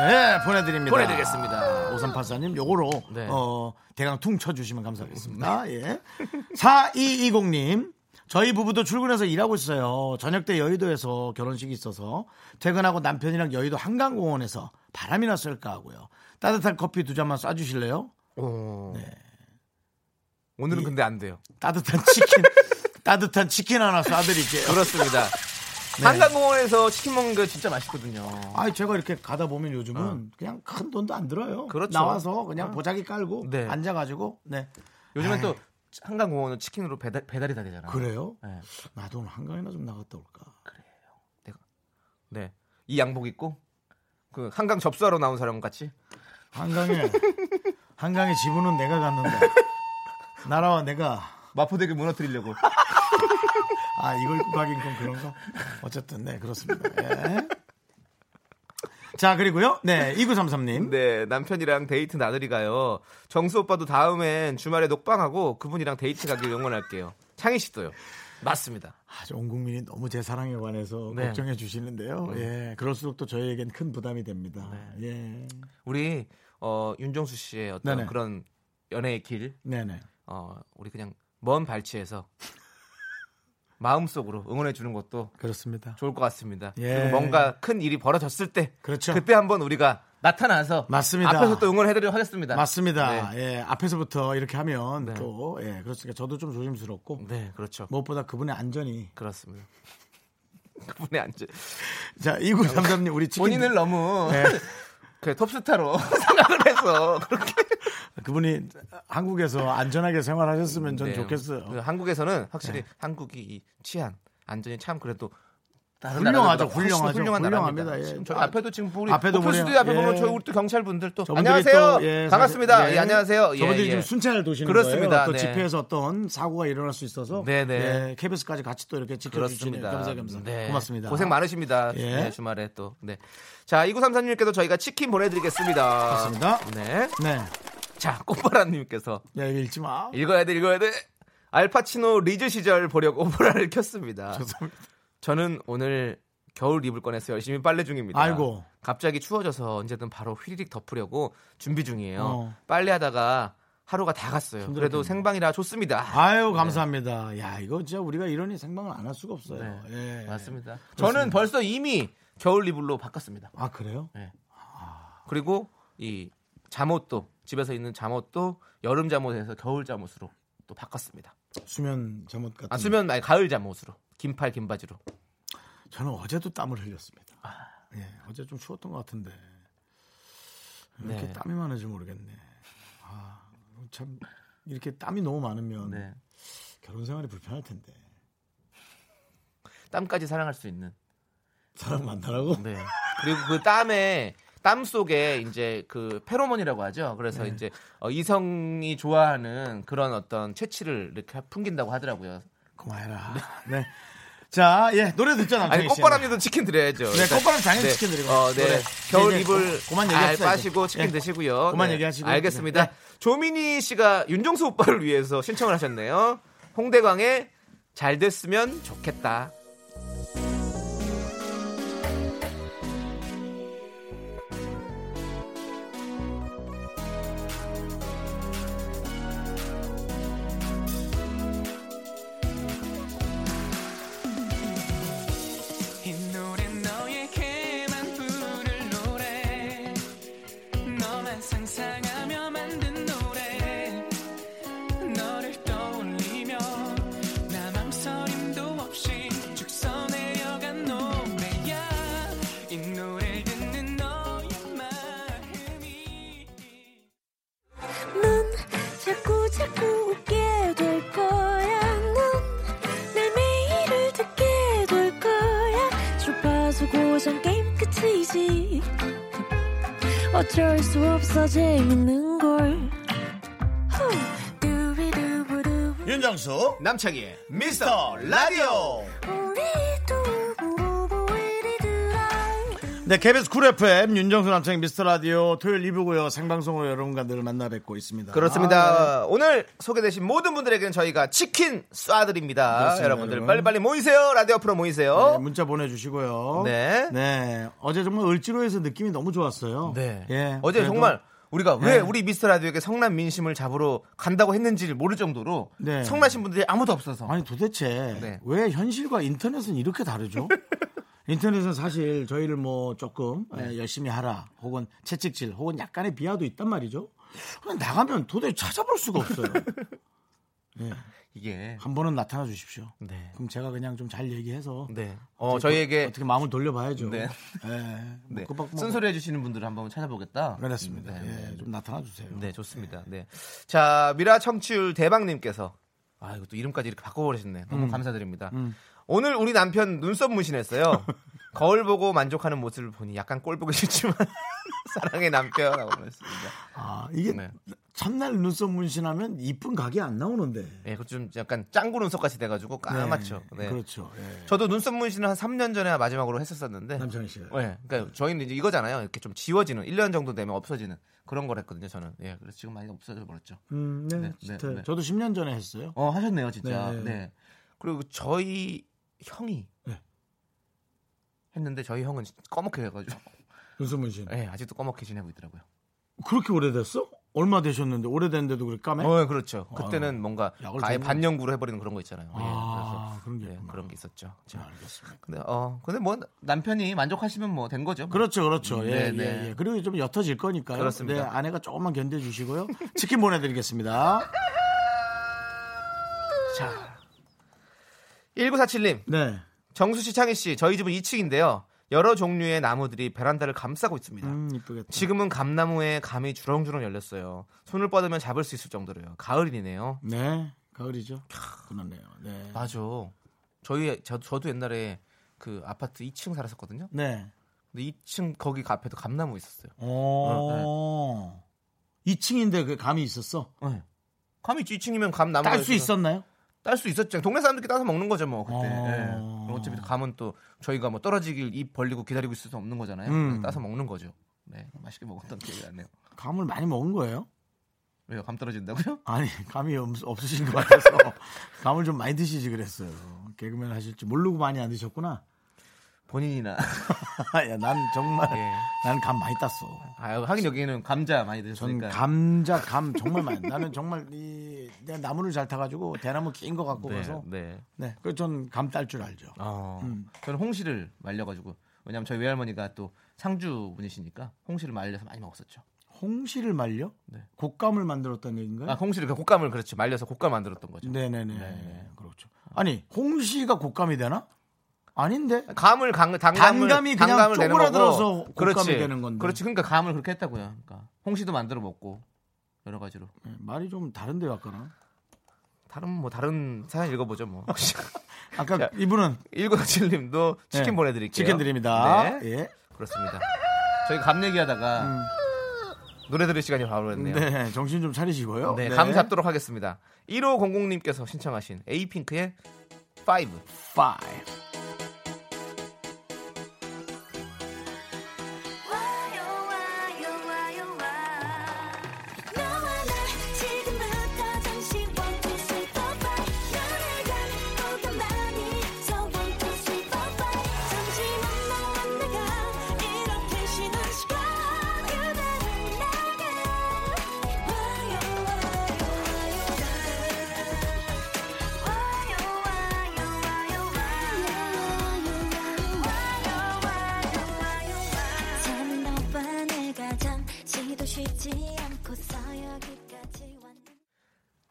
[SPEAKER 1] 네 보내드립니다.
[SPEAKER 2] 보내드리겠습니다.
[SPEAKER 1] 5384님 요거로
[SPEAKER 2] 네.
[SPEAKER 1] 어, 대강 퉁 쳐주시면 감사하겠습니다. 예. 4220님 저희 부부도 출근해서 일하고 있어요. 저녁 때 여의도에서 결혼식이 있어서 퇴근하고 남편이랑 여의도 한강공원에서 바람이 났을까 하고요. 따뜻한 커피 두 잔만 쏴주실래요?
[SPEAKER 2] 오. 오늘은 근데 안 돼요.
[SPEAKER 1] 따뜻한 치킨 따뜻한 치킨 하나 쏴드릴게요.
[SPEAKER 2] 그렇습니다.
[SPEAKER 1] 네.
[SPEAKER 2] 한강공원에서 치킨 먹는 거 진짜 맛있거든요.
[SPEAKER 1] 아, 제가 이렇게 가다 보면 요즘은 그냥 큰 돈도 안 들어요.
[SPEAKER 2] 그렇죠.
[SPEAKER 1] 나와서 그냥 보자기 깔고
[SPEAKER 2] 네.
[SPEAKER 1] 앉아가지고 네
[SPEAKER 2] 요즘엔 또 한강공원은 치킨으로 배달, 배달이 다 되잖아요.
[SPEAKER 1] 그래요.
[SPEAKER 2] 네.
[SPEAKER 1] 나도 오늘 한강이나 좀 나갔다 올까.
[SPEAKER 2] 네. 이 양복 입고 그 한강 접수하러 나온 사람 같이
[SPEAKER 1] 한강에 한강에 지분은 내가 갔는데 나라와 내가
[SPEAKER 2] 마포대교 무너뜨리려고.
[SPEAKER 1] 아 이걸 입고 가긴 좀 그런가. 어쨌든 네 그렇습니다. 예. 자 그리고요 네 2933님
[SPEAKER 2] 네, 남편이랑 데이트 나들이 가요. 정수 오빠도 다음엔 주말에 녹방하고 그분이랑 데이트 가길 응원할게요. 창희 씨도요. 맞습니다.
[SPEAKER 1] 아주 온 국민이 너무 제 사랑에 관해서
[SPEAKER 2] 네.
[SPEAKER 1] 걱정해 주시는데요. 예 그럴수록 또 저희에겐 큰 부담이 됩니다. 예
[SPEAKER 2] 우리 어, 윤정수 씨의 어떤
[SPEAKER 1] 네네.
[SPEAKER 2] 그런 연애의 길,
[SPEAKER 1] 네네.
[SPEAKER 2] 어, 우리 그냥 먼 발치에서 마음속으로 응원해 주는 것도
[SPEAKER 1] 그렇습니다.
[SPEAKER 2] 좋을 것 같습니다.
[SPEAKER 1] 예.
[SPEAKER 2] 그리고 뭔가 큰 일이 벌어졌을 때,
[SPEAKER 1] 그렇죠.
[SPEAKER 2] 그때 한번 우리가 나타나서
[SPEAKER 1] 맞습니다.
[SPEAKER 2] 앞에서 또 응원해드리도록 하겠습니다.
[SPEAKER 1] 맞습니다.
[SPEAKER 2] 네.
[SPEAKER 1] 예, 앞에서부터 이렇게 하면 또 예, 그렇으니까 저도 좀 조심스럽고
[SPEAKER 2] 네, 그렇죠.
[SPEAKER 1] 무엇보다 그분의 안전이
[SPEAKER 2] 그렇습니다. 그분에 앉아.
[SPEAKER 1] 자, 2933님, 우리 치킨.
[SPEAKER 2] 본인을 너무
[SPEAKER 1] 네.
[SPEAKER 2] 그 톱스타로 생각을 해서 그렇게.
[SPEAKER 1] 그분이 한국에서 안전하게 생활하셨으면 전
[SPEAKER 2] 네. 그
[SPEAKER 1] 좋겠어요. 네.
[SPEAKER 2] 한국에서는 확실히 한국이 이 치안 안전이 참 그래도 다른
[SPEAKER 1] 훌륭하죠,
[SPEAKER 2] 나라들보다 훨씬
[SPEAKER 1] 훌륭하죠,
[SPEAKER 2] 훌륭한 나라입니다.
[SPEAKER 1] 훌륭합니다. 예.
[SPEAKER 2] 지금 저희
[SPEAKER 1] 아,
[SPEAKER 2] 앞에도 지금 우리
[SPEAKER 1] 앞에도
[SPEAKER 2] 앞에도 뭐
[SPEAKER 1] 우리는-
[SPEAKER 2] 스튜디오 앞에
[SPEAKER 1] 예.
[SPEAKER 2] 보면 저희 우리 또 경찰분들 또
[SPEAKER 1] 저분들이
[SPEAKER 2] 안녕하세요
[SPEAKER 1] 또, 예,
[SPEAKER 2] 반갑습니다
[SPEAKER 1] 사실-
[SPEAKER 2] 예, 안녕하세요 예,
[SPEAKER 1] 저분들이
[SPEAKER 2] 예.
[SPEAKER 1] 지금 순찰을 도시는
[SPEAKER 2] 그렇습니다.
[SPEAKER 1] 거예요. 또
[SPEAKER 2] 네.
[SPEAKER 1] 집회에서 어떤 사고가 일어날 수 있어서
[SPEAKER 2] 네, 네.
[SPEAKER 1] 예, KBS까지 같이 또 이렇게 지켜주시네요.
[SPEAKER 2] 그렇습니다.
[SPEAKER 1] 겸사겸사.
[SPEAKER 2] 네.
[SPEAKER 1] 고맙습니다.
[SPEAKER 2] 고생 많으십니다.
[SPEAKER 1] 예.
[SPEAKER 2] 네, 주말에 또. 네. 자, 2933님께도 저희가 치킨 보내드리겠습니다.
[SPEAKER 1] 고맙습니다.
[SPEAKER 2] 네.
[SPEAKER 1] 네.
[SPEAKER 2] 자, 꽃바람님께서
[SPEAKER 1] 야, 이거 읽지 마.
[SPEAKER 2] 읽어야 돼, 읽어야 돼. 알파치노 리즈 시절 보려고 오브라를 켰습니다.
[SPEAKER 1] 죄송합니다.
[SPEAKER 2] 저는 오늘 겨울 이불 꺼내서 열심히 빨래 중입니다.
[SPEAKER 1] 아이고.
[SPEAKER 2] 갑자기 추워져서 언제든 바로 휘리릭 덮으려고 준비 중이에요.
[SPEAKER 1] 어.
[SPEAKER 2] 빨래하다가 하루가 다 갔어요. 그래도 생방이라 좋습니다.
[SPEAKER 1] 아유, 감사합니다. 야, 이거 진짜 우리가 이러니 생방을 안 할 수가 없어요. 예.
[SPEAKER 2] 네. 맞습니다. 저는 벌써 이미 겨울 이불로 바꿨습니다.
[SPEAKER 1] 아, 그래요?
[SPEAKER 2] 네. 그리고 이 잠옷도 집에서 있는 잠옷도 여름 잠옷에서 겨울 잠옷으로 또 바꿨습니다.
[SPEAKER 1] 수면 잘못 같은.
[SPEAKER 2] 아 수면 아니 가을 잠옷으로 긴팔 긴 바지로.
[SPEAKER 1] 저는 어제도 땀을 흘렸습니다.
[SPEAKER 2] 아.
[SPEAKER 1] 예, 어제 좀 추웠던 것 같은데 왜 이렇게
[SPEAKER 2] 네.
[SPEAKER 1] 땀이 많은지 모르겠네. 아, 참 이렇게 땀이 너무 많으면
[SPEAKER 2] 네.
[SPEAKER 1] 결혼 생활이 불편할 텐데
[SPEAKER 2] 땀까지 사랑할 수 있는.
[SPEAKER 1] 사람 만나라고.
[SPEAKER 2] 네. 그리고 그 땀에 땀 속에 이제 그 페로몬이라고 하죠. 그래서 이제 어, 이성이 좋아하는 그런 어떤 채취를 이렇게 풍긴다고 하더라고요.
[SPEAKER 1] 고마해라. 네. 자, 예 노래 듣자
[SPEAKER 2] 아니
[SPEAKER 1] 남창희 씨.
[SPEAKER 2] 꽃바람이도 치킨 드려야죠. 일단.
[SPEAKER 1] 네, 꽃바람 당연히 치킨 드리고.
[SPEAKER 2] 어, 네.
[SPEAKER 1] 노래.
[SPEAKER 2] 겨울
[SPEAKER 1] 이제
[SPEAKER 2] 이불
[SPEAKER 1] 고- 그만
[SPEAKER 2] 잘
[SPEAKER 1] 얘기합시다,
[SPEAKER 2] 빠시고
[SPEAKER 1] 이제.
[SPEAKER 2] 치킨
[SPEAKER 1] 예.
[SPEAKER 2] 드시고요.
[SPEAKER 1] 그만
[SPEAKER 2] 네.
[SPEAKER 1] 얘기하시고.
[SPEAKER 2] 알겠습니다.
[SPEAKER 1] 네.
[SPEAKER 2] 조민희 씨가 윤정수 오빠를 위해서 신청을 하셨네요. 홍대광의 잘 됐으면 좋겠다.
[SPEAKER 3] 이 노래 너에게만 부를 노래 너만 상상하며 만든 노래 너를 떠올리며 나 맘설임도 없이 쭉 써내려간 노래야 이 노래 듣는 너의 마음이
[SPEAKER 4] 넌 자꾸 자꾸 웃게 될 거야. 넌내 매일을 듣게 될 거야. 주파수 고정 게임 끝이지. 어쩔 수 없어 재밌는 걸. 후. 두비두부두.
[SPEAKER 1] 윤정수
[SPEAKER 2] 남창희의
[SPEAKER 1] 미스터 라디오.
[SPEAKER 4] 우리 두부부부 우리 두라.
[SPEAKER 1] 네, KBS 쿨 FM 윤정수 남창희 미스터 라디오 토요일 2부고요 생방송으로 여러분과 늘 만나 뵙고 있습니다. 아,
[SPEAKER 2] 그렇습니다.
[SPEAKER 1] 네.
[SPEAKER 2] 오늘 소개되신 모든 분들에게는 저희가 치킨 쏴드립니다. 여러분들
[SPEAKER 1] 여러분.
[SPEAKER 2] 빨리빨리 모이세요. 라디오 앞으로
[SPEAKER 1] 네,
[SPEAKER 2] 모이세요.
[SPEAKER 1] 문자 보내주시고요.
[SPEAKER 2] 어? 네.
[SPEAKER 1] 네. 어제 정말 을지로에서 느낌이 너무 좋았어요.
[SPEAKER 2] 네.
[SPEAKER 1] 예,
[SPEAKER 2] 어제
[SPEAKER 1] 그래도-
[SPEAKER 2] 정말 우리가 왜
[SPEAKER 1] 네.
[SPEAKER 2] 우리 미스터 라디오에게 성남 민심을 잡으러 간다고 했는지를 모를 정도로
[SPEAKER 1] 네.
[SPEAKER 2] 성나신 분들이 아무도 없어서
[SPEAKER 1] 아니 도대체
[SPEAKER 2] 네.
[SPEAKER 1] 왜 현실과 인터넷은 이렇게 다르죠? 인터넷은 사실 저희를 뭐 조금 예, 열심히 하라 혹은 채찍질 혹은 약간의 비하도 있단 말이죠. 근데 나가면 도저히 찾아볼 수가 없어요.
[SPEAKER 2] 이게
[SPEAKER 1] 한 번은 나타나 주십시오.
[SPEAKER 2] 네.
[SPEAKER 1] 그럼 제가 그냥 좀 잘 얘기해서
[SPEAKER 2] 네. 어, 저희에게
[SPEAKER 1] 어떻게 마음을 돌려봐야죠.
[SPEAKER 2] 네.
[SPEAKER 1] 예, 뭐
[SPEAKER 2] 네.
[SPEAKER 1] 급박- 뭐
[SPEAKER 2] 쓴소리 해주시는 분들을 한번 찾아보겠다.
[SPEAKER 1] 그렇습니다.
[SPEAKER 2] 네, 네.
[SPEAKER 1] 예, 좀 나타나 주세요.
[SPEAKER 2] 네, 좋습니다. 네. 자, 미라 청취율 대박님께서 아, 이거 또 이름까지 이렇게 바꿔버리셨네. 너무
[SPEAKER 1] 음.
[SPEAKER 2] 감사드립니다. 오늘 우리 남편 눈썹 문신했어요. 거울 보고 만족하는 모습을 보니 약간 꼴 보기 싫지만 사랑의 남편이라고 했습니다.
[SPEAKER 1] 아 이게
[SPEAKER 2] 네.
[SPEAKER 1] 첫날 눈썹 문신하면 이쁜 각이 안 나오는데.
[SPEAKER 2] 예, 그좀 약간 짱구 눈썹같이 돼가지고 까맣죠. 네.
[SPEAKER 1] 그렇죠. 예.
[SPEAKER 2] 저도 눈썹 문신을 한 3년 전에 마지막으로 했었었는데
[SPEAKER 1] 남창희 씨가.
[SPEAKER 2] 예. 그러니까 저희는 이제 이거잖아요. 이렇게 좀 지워지는 1년 정도 되면 없어지는 그런 걸 했거든요, 저는. 예. 그래서 지금 많이 없어져 버렸죠.
[SPEAKER 1] 음, 네,
[SPEAKER 2] 네,
[SPEAKER 1] 진짜.
[SPEAKER 2] 네, 네.
[SPEAKER 1] 저도 10년 전에 했어요.
[SPEAKER 2] 어 하셨네요 진짜.
[SPEAKER 1] 네.
[SPEAKER 2] 네. 그리고 저희 형이
[SPEAKER 1] 네.
[SPEAKER 2] 했는데 저희 형은 꺼멓게 돼가지고
[SPEAKER 1] 눈썹 문신.
[SPEAKER 2] 예 아직도 꺼멓게 지내고 있더라고요.
[SPEAKER 1] 그렇게 오래됐어? 얼마 되셨는데 오래됐는데도 그렇게 까매?
[SPEAKER 2] 어 그렇죠. 그때는 뭔가
[SPEAKER 1] 네? 아, 약을
[SPEAKER 2] 아예
[SPEAKER 1] 줬네.
[SPEAKER 2] 반영구로 해버리는 그런 거 있잖아요. 예,
[SPEAKER 1] 아,
[SPEAKER 2] 그래서
[SPEAKER 1] 그런 게
[SPEAKER 2] 예,
[SPEAKER 1] 있구나.
[SPEAKER 2] 그런 게 있었죠. 자,
[SPEAKER 1] 알겠습니다.
[SPEAKER 2] 근데 어 근데 뭐 남편이 만족하시면 뭐 된 거죠. 뭐.
[SPEAKER 1] 그렇죠, 그렇죠. 예,
[SPEAKER 2] 네, 네.
[SPEAKER 1] 예, 예. 그리고 좀 옅어질 거니까요.
[SPEAKER 2] 그렇습니다.
[SPEAKER 1] 네, 아내가 조금만 견뎌주시고요. 치킨 보내드리겠습니다.
[SPEAKER 2] 자 1947님
[SPEAKER 1] 네.
[SPEAKER 2] 정수 씨, 창희 씨, 저희 집은 2층인데요. 여러 종류의 나무들이 베란다를 감싸고 있습니다.
[SPEAKER 1] 음. 이쁘겠다.
[SPEAKER 2] 음, 지금은 감나무에 감이 주렁주렁 열렸어요. 손을 뻗으면 잡을 수 있을 정도로요. 가을이네요.
[SPEAKER 1] 네, 가을이죠. 끝났네요. 네.
[SPEAKER 2] 맞아. 저희 저, 저도 옛날에 그 아파트 2층 살았었거든요.
[SPEAKER 1] 네.
[SPEAKER 2] 근데 2층 거기 앞에도 감나무 있었어요. 네.
[SPEAKER 1] 오. 2층인데 그 감이 있었어.
[SPEAKER 2] 네. 감이 있지. 2층이면 감나무
[SPEAKER 1] 딸 수 있었나요?
[SPEAKER 2] 딸수 있었죠. 동네 사람들끼리 따서 먹는 거죠, 뭐 그때.
[SPEAKER 1] 어.
[SPEAKER 2] 예. 그리고 어차피 감은 또 저희가 뭐 떨어지길 입 벌리고 기다리고 있을 수 없는 거잖아요.
[SPEAKER 1] 음.
[SPEAKER 2] 그래서 따서 먹는 거죠. 네, 맛있게 먹었던 기억이 나네요.
[SPEAKER 1] 감을 많이 먹은 거예요?
[SPEAKER 2] 왜요? 감 떨어진다고요?
[SPEAKER 1] 아니, 감이 없, 없으신 것 같아서 감을 좀 많이 드시지 그랬어요. 개그맨 하실지 모르고 많이 안 드셨구나.
[SPEAKER 2] 본인이나.
[SPEAKER 1] 야, 난 정말
[SPEAKER 2] 예.
[SPEAKER 1] 난 감 많이 땄어.
[SPEAKER 2] 아, 하긴 여기는 감자 많이
[SPEAKER 1] 전
[SPEAKER 2] 드셨으니까.
[SPEAKER 1] 감자 감 정말 많이 나는 정말 이 내가 나무를 잘 타가지고 대나무 낀 거 갖고 가서 아.
[SPEAKER 2] 네. 네.
[SPEAKER 1] 네 그래서 전 감 딸 줄 알죠
[SPEAKER 2] 어, 저는 홍시를 말려가지고 왜냐면 저희 외할머니가 또 상주 분이시니까 홍시를 말려서 많이 먹었었죠.
[SPEAKER 1] 홍시를 말려
[SPEAKER 2] 네.
[SPEAKER 1] 곶감을 만들었다는 얘기인가요?
[SPEAKER 2] 아, 홍시를 그 곶감을 그렇지 말려서 곶감 만들었던 거죠.
[SPEAKER 1] 네네네 그렇죠 아니 홍시가 곶감이 되나? 아닌데
[SPEAKER 2] 감을 강, 당감을
[SPEAKER 1] 단감이 그냥
[SPEAKER 2] 당감을 내는 거고.
[SPEAKER 1] 쪼그라들어서 곶감이
[SPEAKER 2] 그렇지.
[SPEAKER 1] 되는 건데.
[SPEAKER 2] 그렇지. 그러니까 감을 그렇게 했다고요. 그러니까 홍시도 만들어 먹고 여러 가지로.
[SPEAKER 1] 네, 말이 좀 다른데요 아까랑
[SPEAKER 2] 다른 뭐 다른 사연 읽어보죠 뭐.
[SPEAKER 1] 아까
[SPEAKER 2] 자,
[SPEAKER 1] 이분은
[SPEAKER 2] 1997님도 치킨
[SPEAKER 1] 네,
[SPEAKER 2] 보내드릴게요.
[SPEAKER 1] 치킨 드립니다
[SPEAKER 2] 네,
[SPEAKER 1] 예. 음.
[SPEAKER 2] 그렇습니다. 저희 감 얘기하다가 노래 들을 시간이 바로 했네요.
[SPEAKER 1] 네 정신 좀 차리시고요
[SPEAKER 2] 네, 감 잡도록 하겠습니다. 1500님께서 신청하신 에이핑크의 5.
[SPEAKER 1] 파이브.
[SPEAKER 4] 와요 와요 와요 와 너와 나 지금부터 잠시 one two three four five 너의 감고도 많이 so one two three four five 잠시만 나와 내가 이렇게 쉬는 시간 그대를 나가 와요 와요 와요 와 와요 와요 와요 와요 와요 와요 와요 사는 너와 내가 잠시도 쉬지 않고서 여기까지 왔는데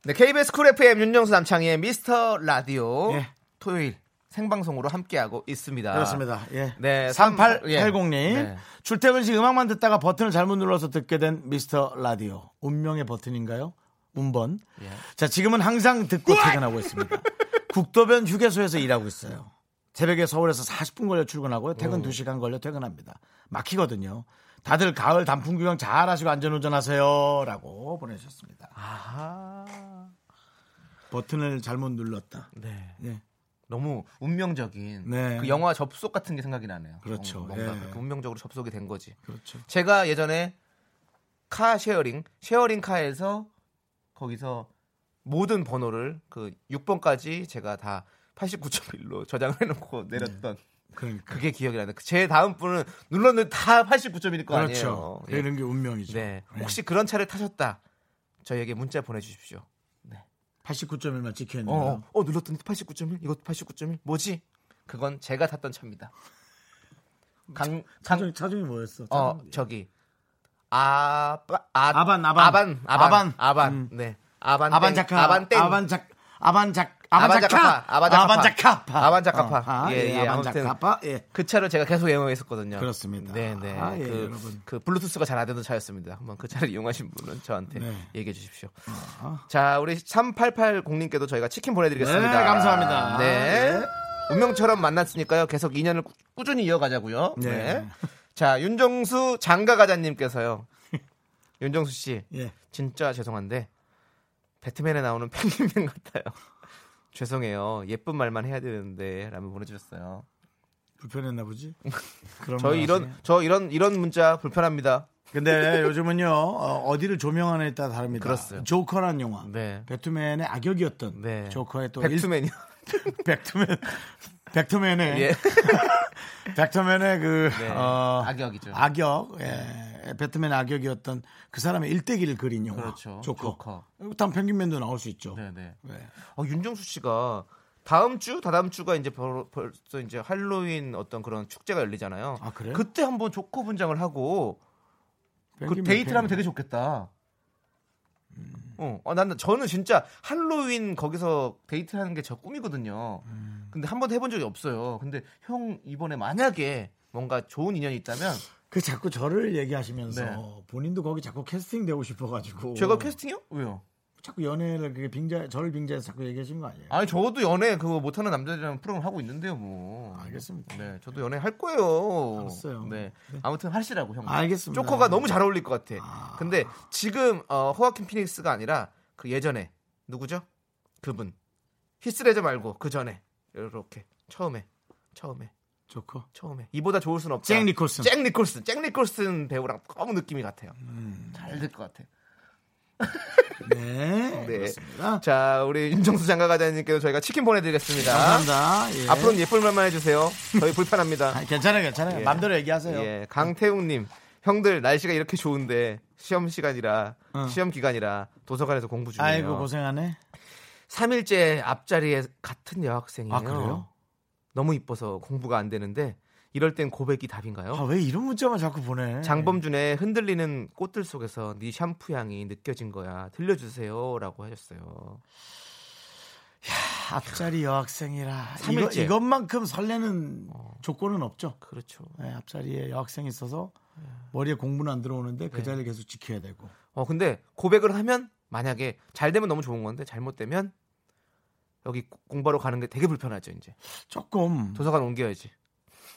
[SPEAKER 2] 네, KBS 쿨 FM 윤정수 남창희의 미스터 라디오
[SPEAKER 1] 예.
[SPEAKER 2] 토요일 생방송으로 함께하고 있습니다.
[SPEAKER 1] 그렇습니다. 예.
[SPEAKER 2] 아, 네,
[SPEAKER 1] 3880님.
[SPEAKER 2] 네.
[SPEAKER 1] 출퇴근 시 음악만 듣다가 버튼을 잘못 눌러서 듣게 된 미스터 라디오. 운명의 버튼인가요? 운번.
[SPEAKER 2] 예.
[SPEAKER 1] 자, 지금은 항상 듣고 퇴근하고 있습니다. 국도변 휴게소에서 일하고 있어요. 새벽에 서울에서 40분 걸려 출근하고요. 퇴근 2시간 걸려 퇴근합니다. 막히거든요. 다들 가을 단풍 구경 잘 하시고 안전운전 하세요. 라고 보내주셨습니다.
[SPEAKER 2] 아하.
[SPEAKER 1] 버튼을 잘못 눌렀다.
[SPEAKER 2] 네.
[SPEAKER 1] 네.
[SPEAKER 2] 너무 운명적인
[SPEAKER 1] 네.
[SPEAKER 2] 그 영화 접속 같은 게 생각이 나네요.
[SPEAKER 1] 그렇죠.
[SPEAKER 2] 뭔가
[SPEAKER 1] 예.
[SPEAKER 2] 그렇게 운명적으로 접속이 된 거지.
[SPEAKER 1] 그렇죠.
[SPEAKER 2] 제가 예전에 카 쉐어링, 쉐어링 카에서 거기서 모든 번호를 그 6번까지 제가 다 89.1로 저장을 해놓고 내렸던
[SPEAKER 1] 그러니까.
[SPEAKER 2] 그게 기억이 나는데 제 다음 분은 눌렀는데 다 89.1일 거
[SPEAKER 1] 그렇죠.
[SPEAKER 2] 아니에요. 예.
[SPEAKER 1] 이런 게 운명이죠. 예.
[SPEAKER 2] 네. 혹시 그런 차를 타셨다. 저희에게 문자 보내주십시오.
[SPEAKER 1] 89.1만 찍혀있네요.
[SPEAKER 2] 어, 어, 어, 눌렀더니 89.1, 이것도 89.1, 뭐지? 그건 제가 탔던 차입니다. 강, 강,
[SPEAKER 1] 차종, 차종이 뭐였어?
[SPEAKER 2] 어,
[SPEAKER 1] 차종?
[SPEAKER 2] 저기 아바, 아,
[SPEAKER 1] 아반, 아반.
[SPEAKER 2] 아반, 아반,
[SPEAKER 1] 아반.
[SPEAKER 2] 아반,
[SPEAKER 1] 음.
[SPEAKER 2] 네, 아반, 땡,
[SPEAKER 1] 아반자카
[SPEAKER 2] 아반 땡,
[SPEAKER 1] 아반작 아반작
[SPEAKER 2] 아반자카파,
[SPEAKER 1] 아반자카
[SPEAKER 2] 아반자카파, 아반자카파,
[SPEAKER 1] 어, 아,
[SPEAKER 2] 예, 예, 아무튼
[SPEAKER 1] 아반자카파 예.
[SPEAKER 2] 그 차를 제가 계속 애용했었거든요.
[SPEAKER 1] 그렇습니다.
[SPEAKER 2] 네, 네.
[SPEAKER 1] 아, 예,
[SPEAKER 2] 그,
[SPEAKER 1] 여러분.
[SPEAKER 2] 그 블루투스가 잘 안 되는 차였습니다. 한번 그 차를 이용하신 분은 저한테
[SPEAKER 1] 네. 아.
[SPEAKER 2] 얘기해 주십시오. 자, 우리 3880님께도 저희가 치킨 보내드리겠습니다.
[SPEAKER 1] 네, 감사합니다.
[SPEAKER 2] 네.
[SPEAKER 1] 예.
[SPEAKER 2] 운명처럼 만났으니까요. 계속 인연을 꾸- 꾸준히 이어가자고요. 네.
[SPEAKER 1] 네.
[SPEAKER 2] 자, 윤정수 장가가자님께서요. 윤정수 씨,
[SPEAKER 1] 예.
[SPEAKER 2] 진짜 죄송한데 배트맨에 나오는 펭귄맨 같아요. 죄송해요. 예쁜 말만 해야 되는데 라면 보내주셨어요.
[SPEAKER 1] 불편했나 보지? 그런 말
[SPEAKER 2] 저희 이런
[SPEAKER 1] 하시네.
[SPEAKER 2] 저 이런 이런 문자 불편합니다.
[SPEAKER 1] 근데 요즘은요 어, 디를 조명하느냐에 따라 다릅니다.
[SPEAKER 2] 그렇어요.
[SPEAKER 1] 조커라는 영화,
[SPEAKER 2] 네.
[SPEAKER 1] 배트맨의 악역이었던
[SPEAKER 2] 네.
[SPEAKER 1] 조커의 또
[SPEAKER 2] 백투맨이요.
[SPEAKER 1] 일- 백투맨, 백투맨의
[SPEAKER 2] 예.
[SPEAKER 1] 백투맨의 그
[SPEAKER 2] 네.
[SPEAKER 1] 어,
[SPEAKER 2] 악역이죠.
[SPEAKER 1] 악역, 예. 배트맨 악역이었던 그 사람의 일대기를 그린 영화.
[SPEAKER 2] 그렇죠.
[SPEAKER 1] 아, 조커.
[SPEAKER 2] 조커.
[SPEAKER 1] 다음 펭귄맨도 나올 수 있죠.
[SPEAKER 2] 네, 네.
[SPEAKER 1] 네.
[SPEAKER 2] 어, 윤정수 씨가 다음 주, 다다음 주가 이제 벌, 벌써 이제 할로윈 어떤 그런 축제가 열리잖아요.
[SPEAKER 1] 아, 그래요?
[SPEAKER 2] 그때 한번 조커 분장을 하고 그
[SPEAKER 1] 펭귄맨,
[SPEAKER 2] 데이트를
[SPEAKER 1] 펭귄.
[SPEAKER 2] 하면
[SPEAKER 1] 음.
[SPEAKER 2] 되게 좋겠다. 어, 어, 난 저는 진짜 할로윈 거기서 데이트하는 게 저 꿈이거든요.
[SPEAKER 1] 음.
[SPEAKER 2] 근데 한 번도 해본 적이 없어요. 근데 형 이번에 만약에 뭔가 좋은 인연이 있다면
[SPEAKER 1] 그 자꾸 저를 얘기하시면서
[SPEAKER 2] 네.
[SPEAKER 1] 본인도 거기 자꾸 캐스팅 되고 싶어가지고
[SPEAKER 2] 제가 캐스팅이요? 왜요?
[SPEAKER 1] 자꾸 연애를 그게 빙자 저를 빙자해서 자꾸 얘기하신 거 아니에요?
[SPEAKER 2] 아니 저도 연애 그거 못하는 남자들이랑 프로그램 하고 있는데요, 뭐.
[SPEAKER 1] 알겠습니다.
[SPEAKER 2] 네, 저도 연애 할 거예요.
[SPEAKER 1] 알았어요.
[SPEAKER 2] 네,
[SPEAKER 1] 네.
[SPEAKER 2] 아무튼 하시라고 형.
[SPEAKER 1] 알겠습니다.
[SPEAKER 2] 조커가 너무 잘 어울릴 것 같아.
[SPEAKER 1] 아.
[SPEAKER 2] 근데 지금 어, 호아킨 피닉스가 아니라 그 예전에 누구죠? 그분 히스레저 말고 그 전에 이렇게 처음에 처음에
[SPEAKER 1] 좋고
[SPEAKER 2] 처음에 이보다 좋을 순 없다.
[SPEAKER 1] 잭 니콜슨.
[SPEAKER 2] 잭 니콜슨, 잭 니콜슨 배우랑 너무 느낌이 같아요.
[SPEAKER 1] 음.
[SPEAKER 2] 잘 될 것 같아.
[SPEAKER 1] 네,
[SPEAKER 2] 네.
[SPEAKER 1] 그렇습니다.
[SPEAKER 2] 자, 우리 윤정수 장가 과장님께도 저희가 치킨 보내드리겠습니다.
[SPEAKER 1] 감사합니다. 예.
[SPEAKER 2] 앞으로는 예쁠 말만 해주세요. 저희 불편합니다.
[SPEAKER 1] 아니, 괜찮아요, 괜찮아요.
[SPEAKER 2] 예.
[SPEAKER 1] 마음대로 얘기하세요.
[SPEAKER 2] 예, 강태웅님 형들 날씨가 이렇게 좋은데 시험 시간이라 시험 기간이라 도서관에서 공부 중이에요.
[SPEAKER 1] 어. 아이고 고생하네.
[SPEAKER 2] 3일째 앞자리에 같은 여학생이에요.
[SPEAKER 1] 아, 그래요?
[SPEAKER 2] 너무 이뻐서 공부가 안 되는데 이럴 땐 고백이 답인가요?
[SPEAKER 1] 아, 왜 이런 문자만 자꾸 보내?
[SPEAKER 2] 어? 장범준의 흔들리는 꽃들 속에서 네 샴푸 향이 느껴진 거야. 들려주세요라고 하셨어요.
[SPEAKER 1] 앞자리 여학생이라 이거,
[SPEAKER 2] 삼일째. 어.
[SPEAKER 1] 이것만큼 설레는 조건은 없죠.
[SPEAKER 2] 그렇죠.
[SPEAKER 1] 네, 앞자리에 여학생이 있어서
[SPEAKER 2] 예.
[SPEAKER 1] 머리에 공부는 안 들어오는데 그 자리를 계속 지켜야 되고.
[SPEAKER 2] 어 근데 고백을 하면 만약에 잘 되면 너무 좋은 건데 잘못되면 여기 공부하러 가는 게 되게 불편하죠 이제
[SPEAKER 1] 조금
[SPEAKER 2] 도서관 옮겨야지.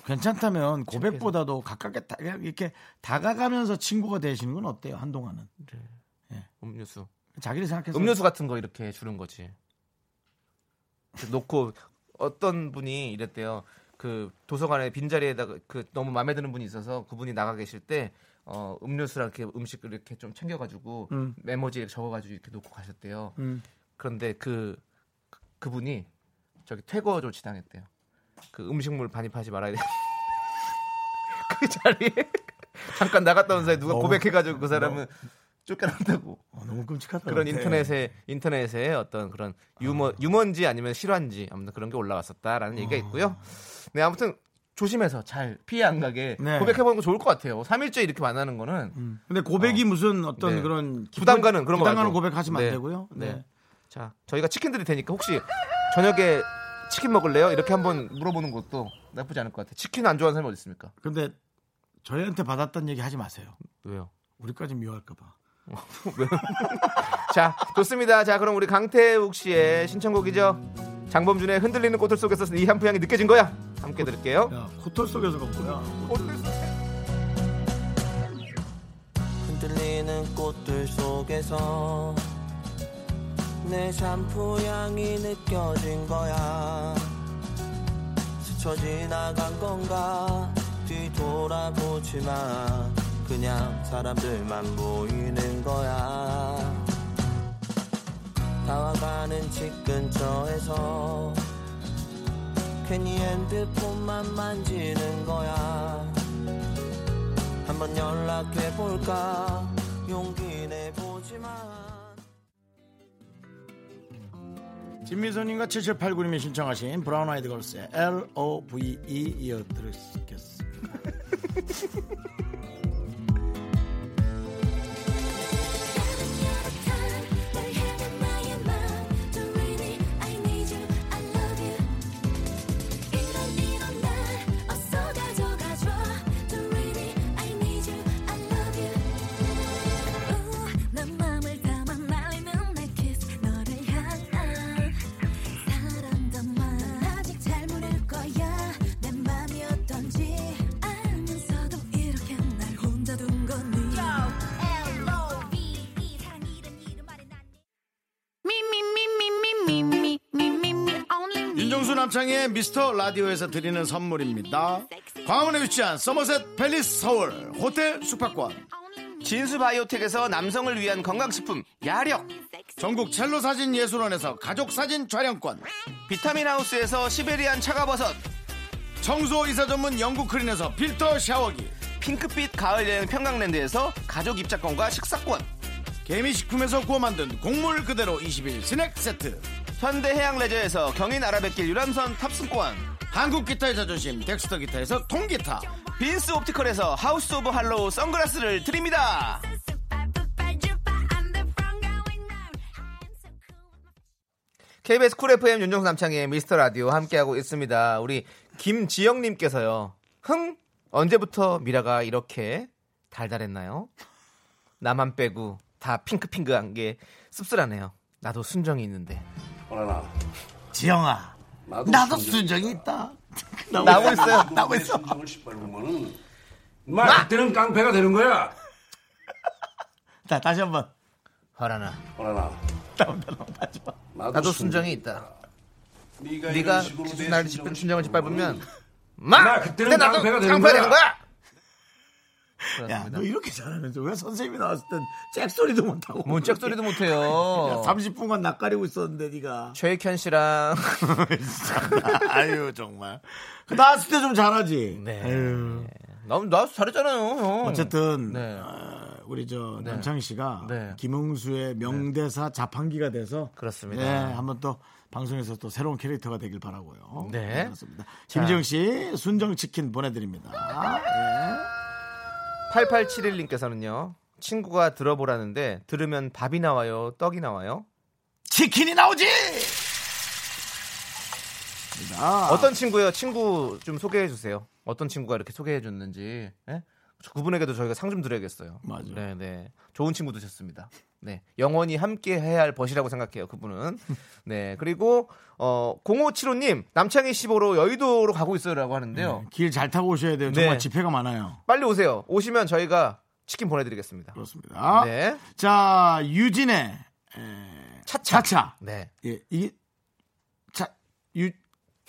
[SPEAKER 1] 괜찮다면 고백보다도 가깝게 다, 그냥 이렇게 다가가면서 친구가 되시는 건 어때요? 한동안은
[SPEAKER 2] 음료수.
[SPEAKER 1] 자기를 생각해서
[SPEAKER 2] 음료수 같은 거 이렇게 주는 거지. 놓고 어떤 분이 이랬대요. 그 도서관에 빈 자리에다가 그 너무 마음에 드는 분이 있어서 그분이 나가 계실 때 어, 음료수랑 이렇게 음식을 이렇게 좀 챙겨가지고
[SPEAKER 1] 음.
[SPEAKER 2] 메모지에 적어가지고 이렇게 놓고 가셨대요.
[SPEAKER 1] 음.
[SPEAKER 2] 그런데 그 그- 그분이 저기 퇴거 조치 당했대요. 그 음식물 반입하지 말아야 돼. 그 자리에 잠깐 나갔다 온 사이 누가
[SPEAKER 1] 너무-
[SPEAKER 2] 고백해가지고 그 사람은 쫓겨난다고.
[SPEAKER 1] 어, 너무 끔찍하다.
[SPEAKER 2] 그런
[SPEAKER 1] 근데.
[SPEAKER 2] 인터넷에 인터넷에 어떤 그런 유머 유머인지 아니면 실화인지 아무튼 그런 게 올라왔었다라는 얘기가 있고요. 네 아무튼 조심해서 잘 피해 안 가게
[SPEAKER 1] 네.
[SPEAKER 2] 고백해보는 거 좋을 것 같아요. 3일째 이렇게 만나는 거는
[SPEAKER 1] 음. 근데 고백이 무슨 어떤
[SPEAKER 2] 네.
[SPEAKER 1] 그런 기쁜-
[SPEAKER 2] 부담 가는 그런 거
[SPEAKER 1] 부담 가는
[SPEAKER 2] 말고.
[SPEAKER 1] 고백하시면
[SPEAKER 2] 네.
[SPEAKER 1] 안 되고요.
[SPEAKER 2] 네.
[SPEAKER 1] 네.
[SPEAKER 2] 자 저희가 치킨 드릴 테니까 혹시 저녁에 치킨 먹을래요? 이렇게 한번 물어보는 것도 나쁘지 않을 것 같아요. 치킨 안 좋아하는 사람이 어디 있습니까?
[SPEAKER 1] 근데 저희한테 받았던 얘기 하지 마세요.
[SPEAKER 2] 왜요?
[SPEAKER 1] 우리까지 미워할까봐.
[SPEAKER 2] 자 좋습니다. 자 그럼 우리 강태욱 씨의 신청곡이죠. 장범준의 흔들리는 꽃들 속에서 이 한포향이 느껴진 거야. 함께 들을게요.
[SPEAKER 1] 야, 코털 속에서 가 뭐야?
[SPEAKER 6] 흔들리는 꽃들 속에서 내 샴푸 향이 느껴진 거야 스쳐 지나간 건가 뒤돌아보지 마 그냥 사람들만 보이는 거야 다와가는 집 근처에서 괜히 핸드폰만 만지는 거야 한번 연락해볼까 용기 내보지만
[SPEAKER 1] 진미선님과 7789님이 신청하신 브라운 아이드 걸스의 L O V E 이어 들으겠습니다.
[SPEAKER 4] E.
[SPEAKER 1] 윤정수 남창의 미스터 라디오에서 드리는 선물입니다. 광화문에 위치한 서머셋 팰리스 서울 호텔 숙박권
[SPEAKER 2] 진수 바이오텍에서 남성을 위한 건강식품 야력
[SPEAKER 1] 전국 첼로 사진 예술원에서 가족 사진 촬영권
[SPEAKER 2] 비타민 하우스에서 시베리안 차가버섯
[SPEAKER 1] 청소 이사 전문 영국 크린에서 필터 샤워기
[SPEAKER 2] 핑크빛 가을여행 평강랜드에서 가족 입장권과 식사권
[SPEAKER 1] 개미식품에서 구워 만든 곡물 그대로 20일 스낵 세트
[SPEAKER 2] 현대해양레저에서 경인아라뱃길 유람선 탑승권
[SPEAKER 1] 한국 기타의 자존심 덱스터 기타에서 통기타
[SPEAKER 2] 빈스 옵티컬에서 하우스 오브 할로우 선글라스를 드립니다
[SPEAKER 4] Super, duper, I'm the one going round.
[SPEAKER 2] KBS 쿨 FM 윤정수 남창의 미스터 라디오 함께하고 있습니다. 우리 김지영님께서요. 흥 언제부터 미라가 이렇게 달달했나요? 나만 빼고 다 핑크핑크한 게 씁쓸하네요. 나도 순정이 있는데
[SPEAKER 1] 지영아 나도 순정이 있다
[SPEAKER 2] 나오고 있어요.
[SPEAKER 1] 나고 있어
[SPEAKER 7] 마 그때는 깡패가 되는 거야.
[SPEAKER 1] 자 다시 한번
[SPEAKER 2] 허라나
[SPEAKER 7] 어라나.
[SPEAKER 2] 나도 순정이 있다.
[SPEAKER 7] 네가 이런
[SPEAKER 2] 네가
[SPEAKER 7] 식으로 내 심정을
[SPEAKER 2] 날 짚은 순정을 짓밟으면
[SPEAKER 7] 마,
[SPEAKER 2] 마
[SPEAKER 7] 그때는
[SPEAKER 2] 그때 나도
[SPEAKER 7] 깡패가 되는
[SPEAKER 2] 깡패가 되는
[SPEAKER 7] 거야.
[SPEAKER 2] 거야.
[SPEAKER 1] 야
[SPEAKER 2] 그렇습니다.
[SPEAKER 1] 너 이렇게 잘하면서 왜 선생님이 나왔을 땐 잭소리도 못하고
[SPEAKER 2] 뭔 짝소리도 못해요.
[SPEAKER 1] 30분간 낯가리고 있었는데 네가
[SPEAKER 2] 최익현 씨랑
[SPEAKER 1] 아유 정말 그 나왔을 때 좀 잘하지
[SPEAKER 2] 네.
[SPEAKER 1] 아유.
[SPEAKER 2] 너무 나도 잘했잖아요. 형.
[SPEAKER 1] 어쨌든
[SPEAKER 2] 네.
[SPEAKER 1] 어, 우리 저 남창희 씨가
[SPEAKER 2] 네.
[SPEAKER 1] 김웅수의 명대사 자판기가 돼서
[SPEAKER 2] 그렇습니다.
[SPEAKER 1] 네, 한번 또 방송에서 또 새로운 캐릭터가 되길 바라고요.
[SPEAKER 2] 네.
[SPEAKER 1] 그렇습니다. 김지영 씨 순정 치킨 보내드립니다. 예.
[SPEAKER 2] 8871님께서는요. 친구가 들어보라는데 들으면 밥이 나와요, 떡이 나와요.
[SPEAKER 1] 치킨이 나오지. 아,
[SPEAKER 2] 어떤 친구예요? 친구 좀 소개해 주세요. 어떤 친구가 이렇게 소개해 줬는지. 예? 그분에게도 저희가 상 좀 드려야겠어요.
[SPEAKER 1] 맞아요.
[SPEAKER 2] 네, 네. 좋은 친구 되셨습니다. 네. 영원히 함께 해야 할 벗이라고 생각해요, 그분은. 네. 그리고 어 0575님, 남창희 15로 여의도로 가고 있어요라고 하는데요.
[SPEAKER 1] 네, 길 잘 타고 오셔야 돼요. 정말
[SPEAKER 2] 네.
[SPEAKER 1] 지폐가 많아요.
[SPEAKER 2] 빨리 오세요. 오시면 저희가 치킨 보내 드리겠습니다.
[SPEAKER 1] 그렇습니다.
[SPEAKER 2] 네.
[SPEAKER 1] 자 유진의 에,
[SPEAKER 2] 차차.
[SPEAKER 1] 차차.
[SPEAKER 2] 네.
[SPEAKER 1] 예, 이게 자, 유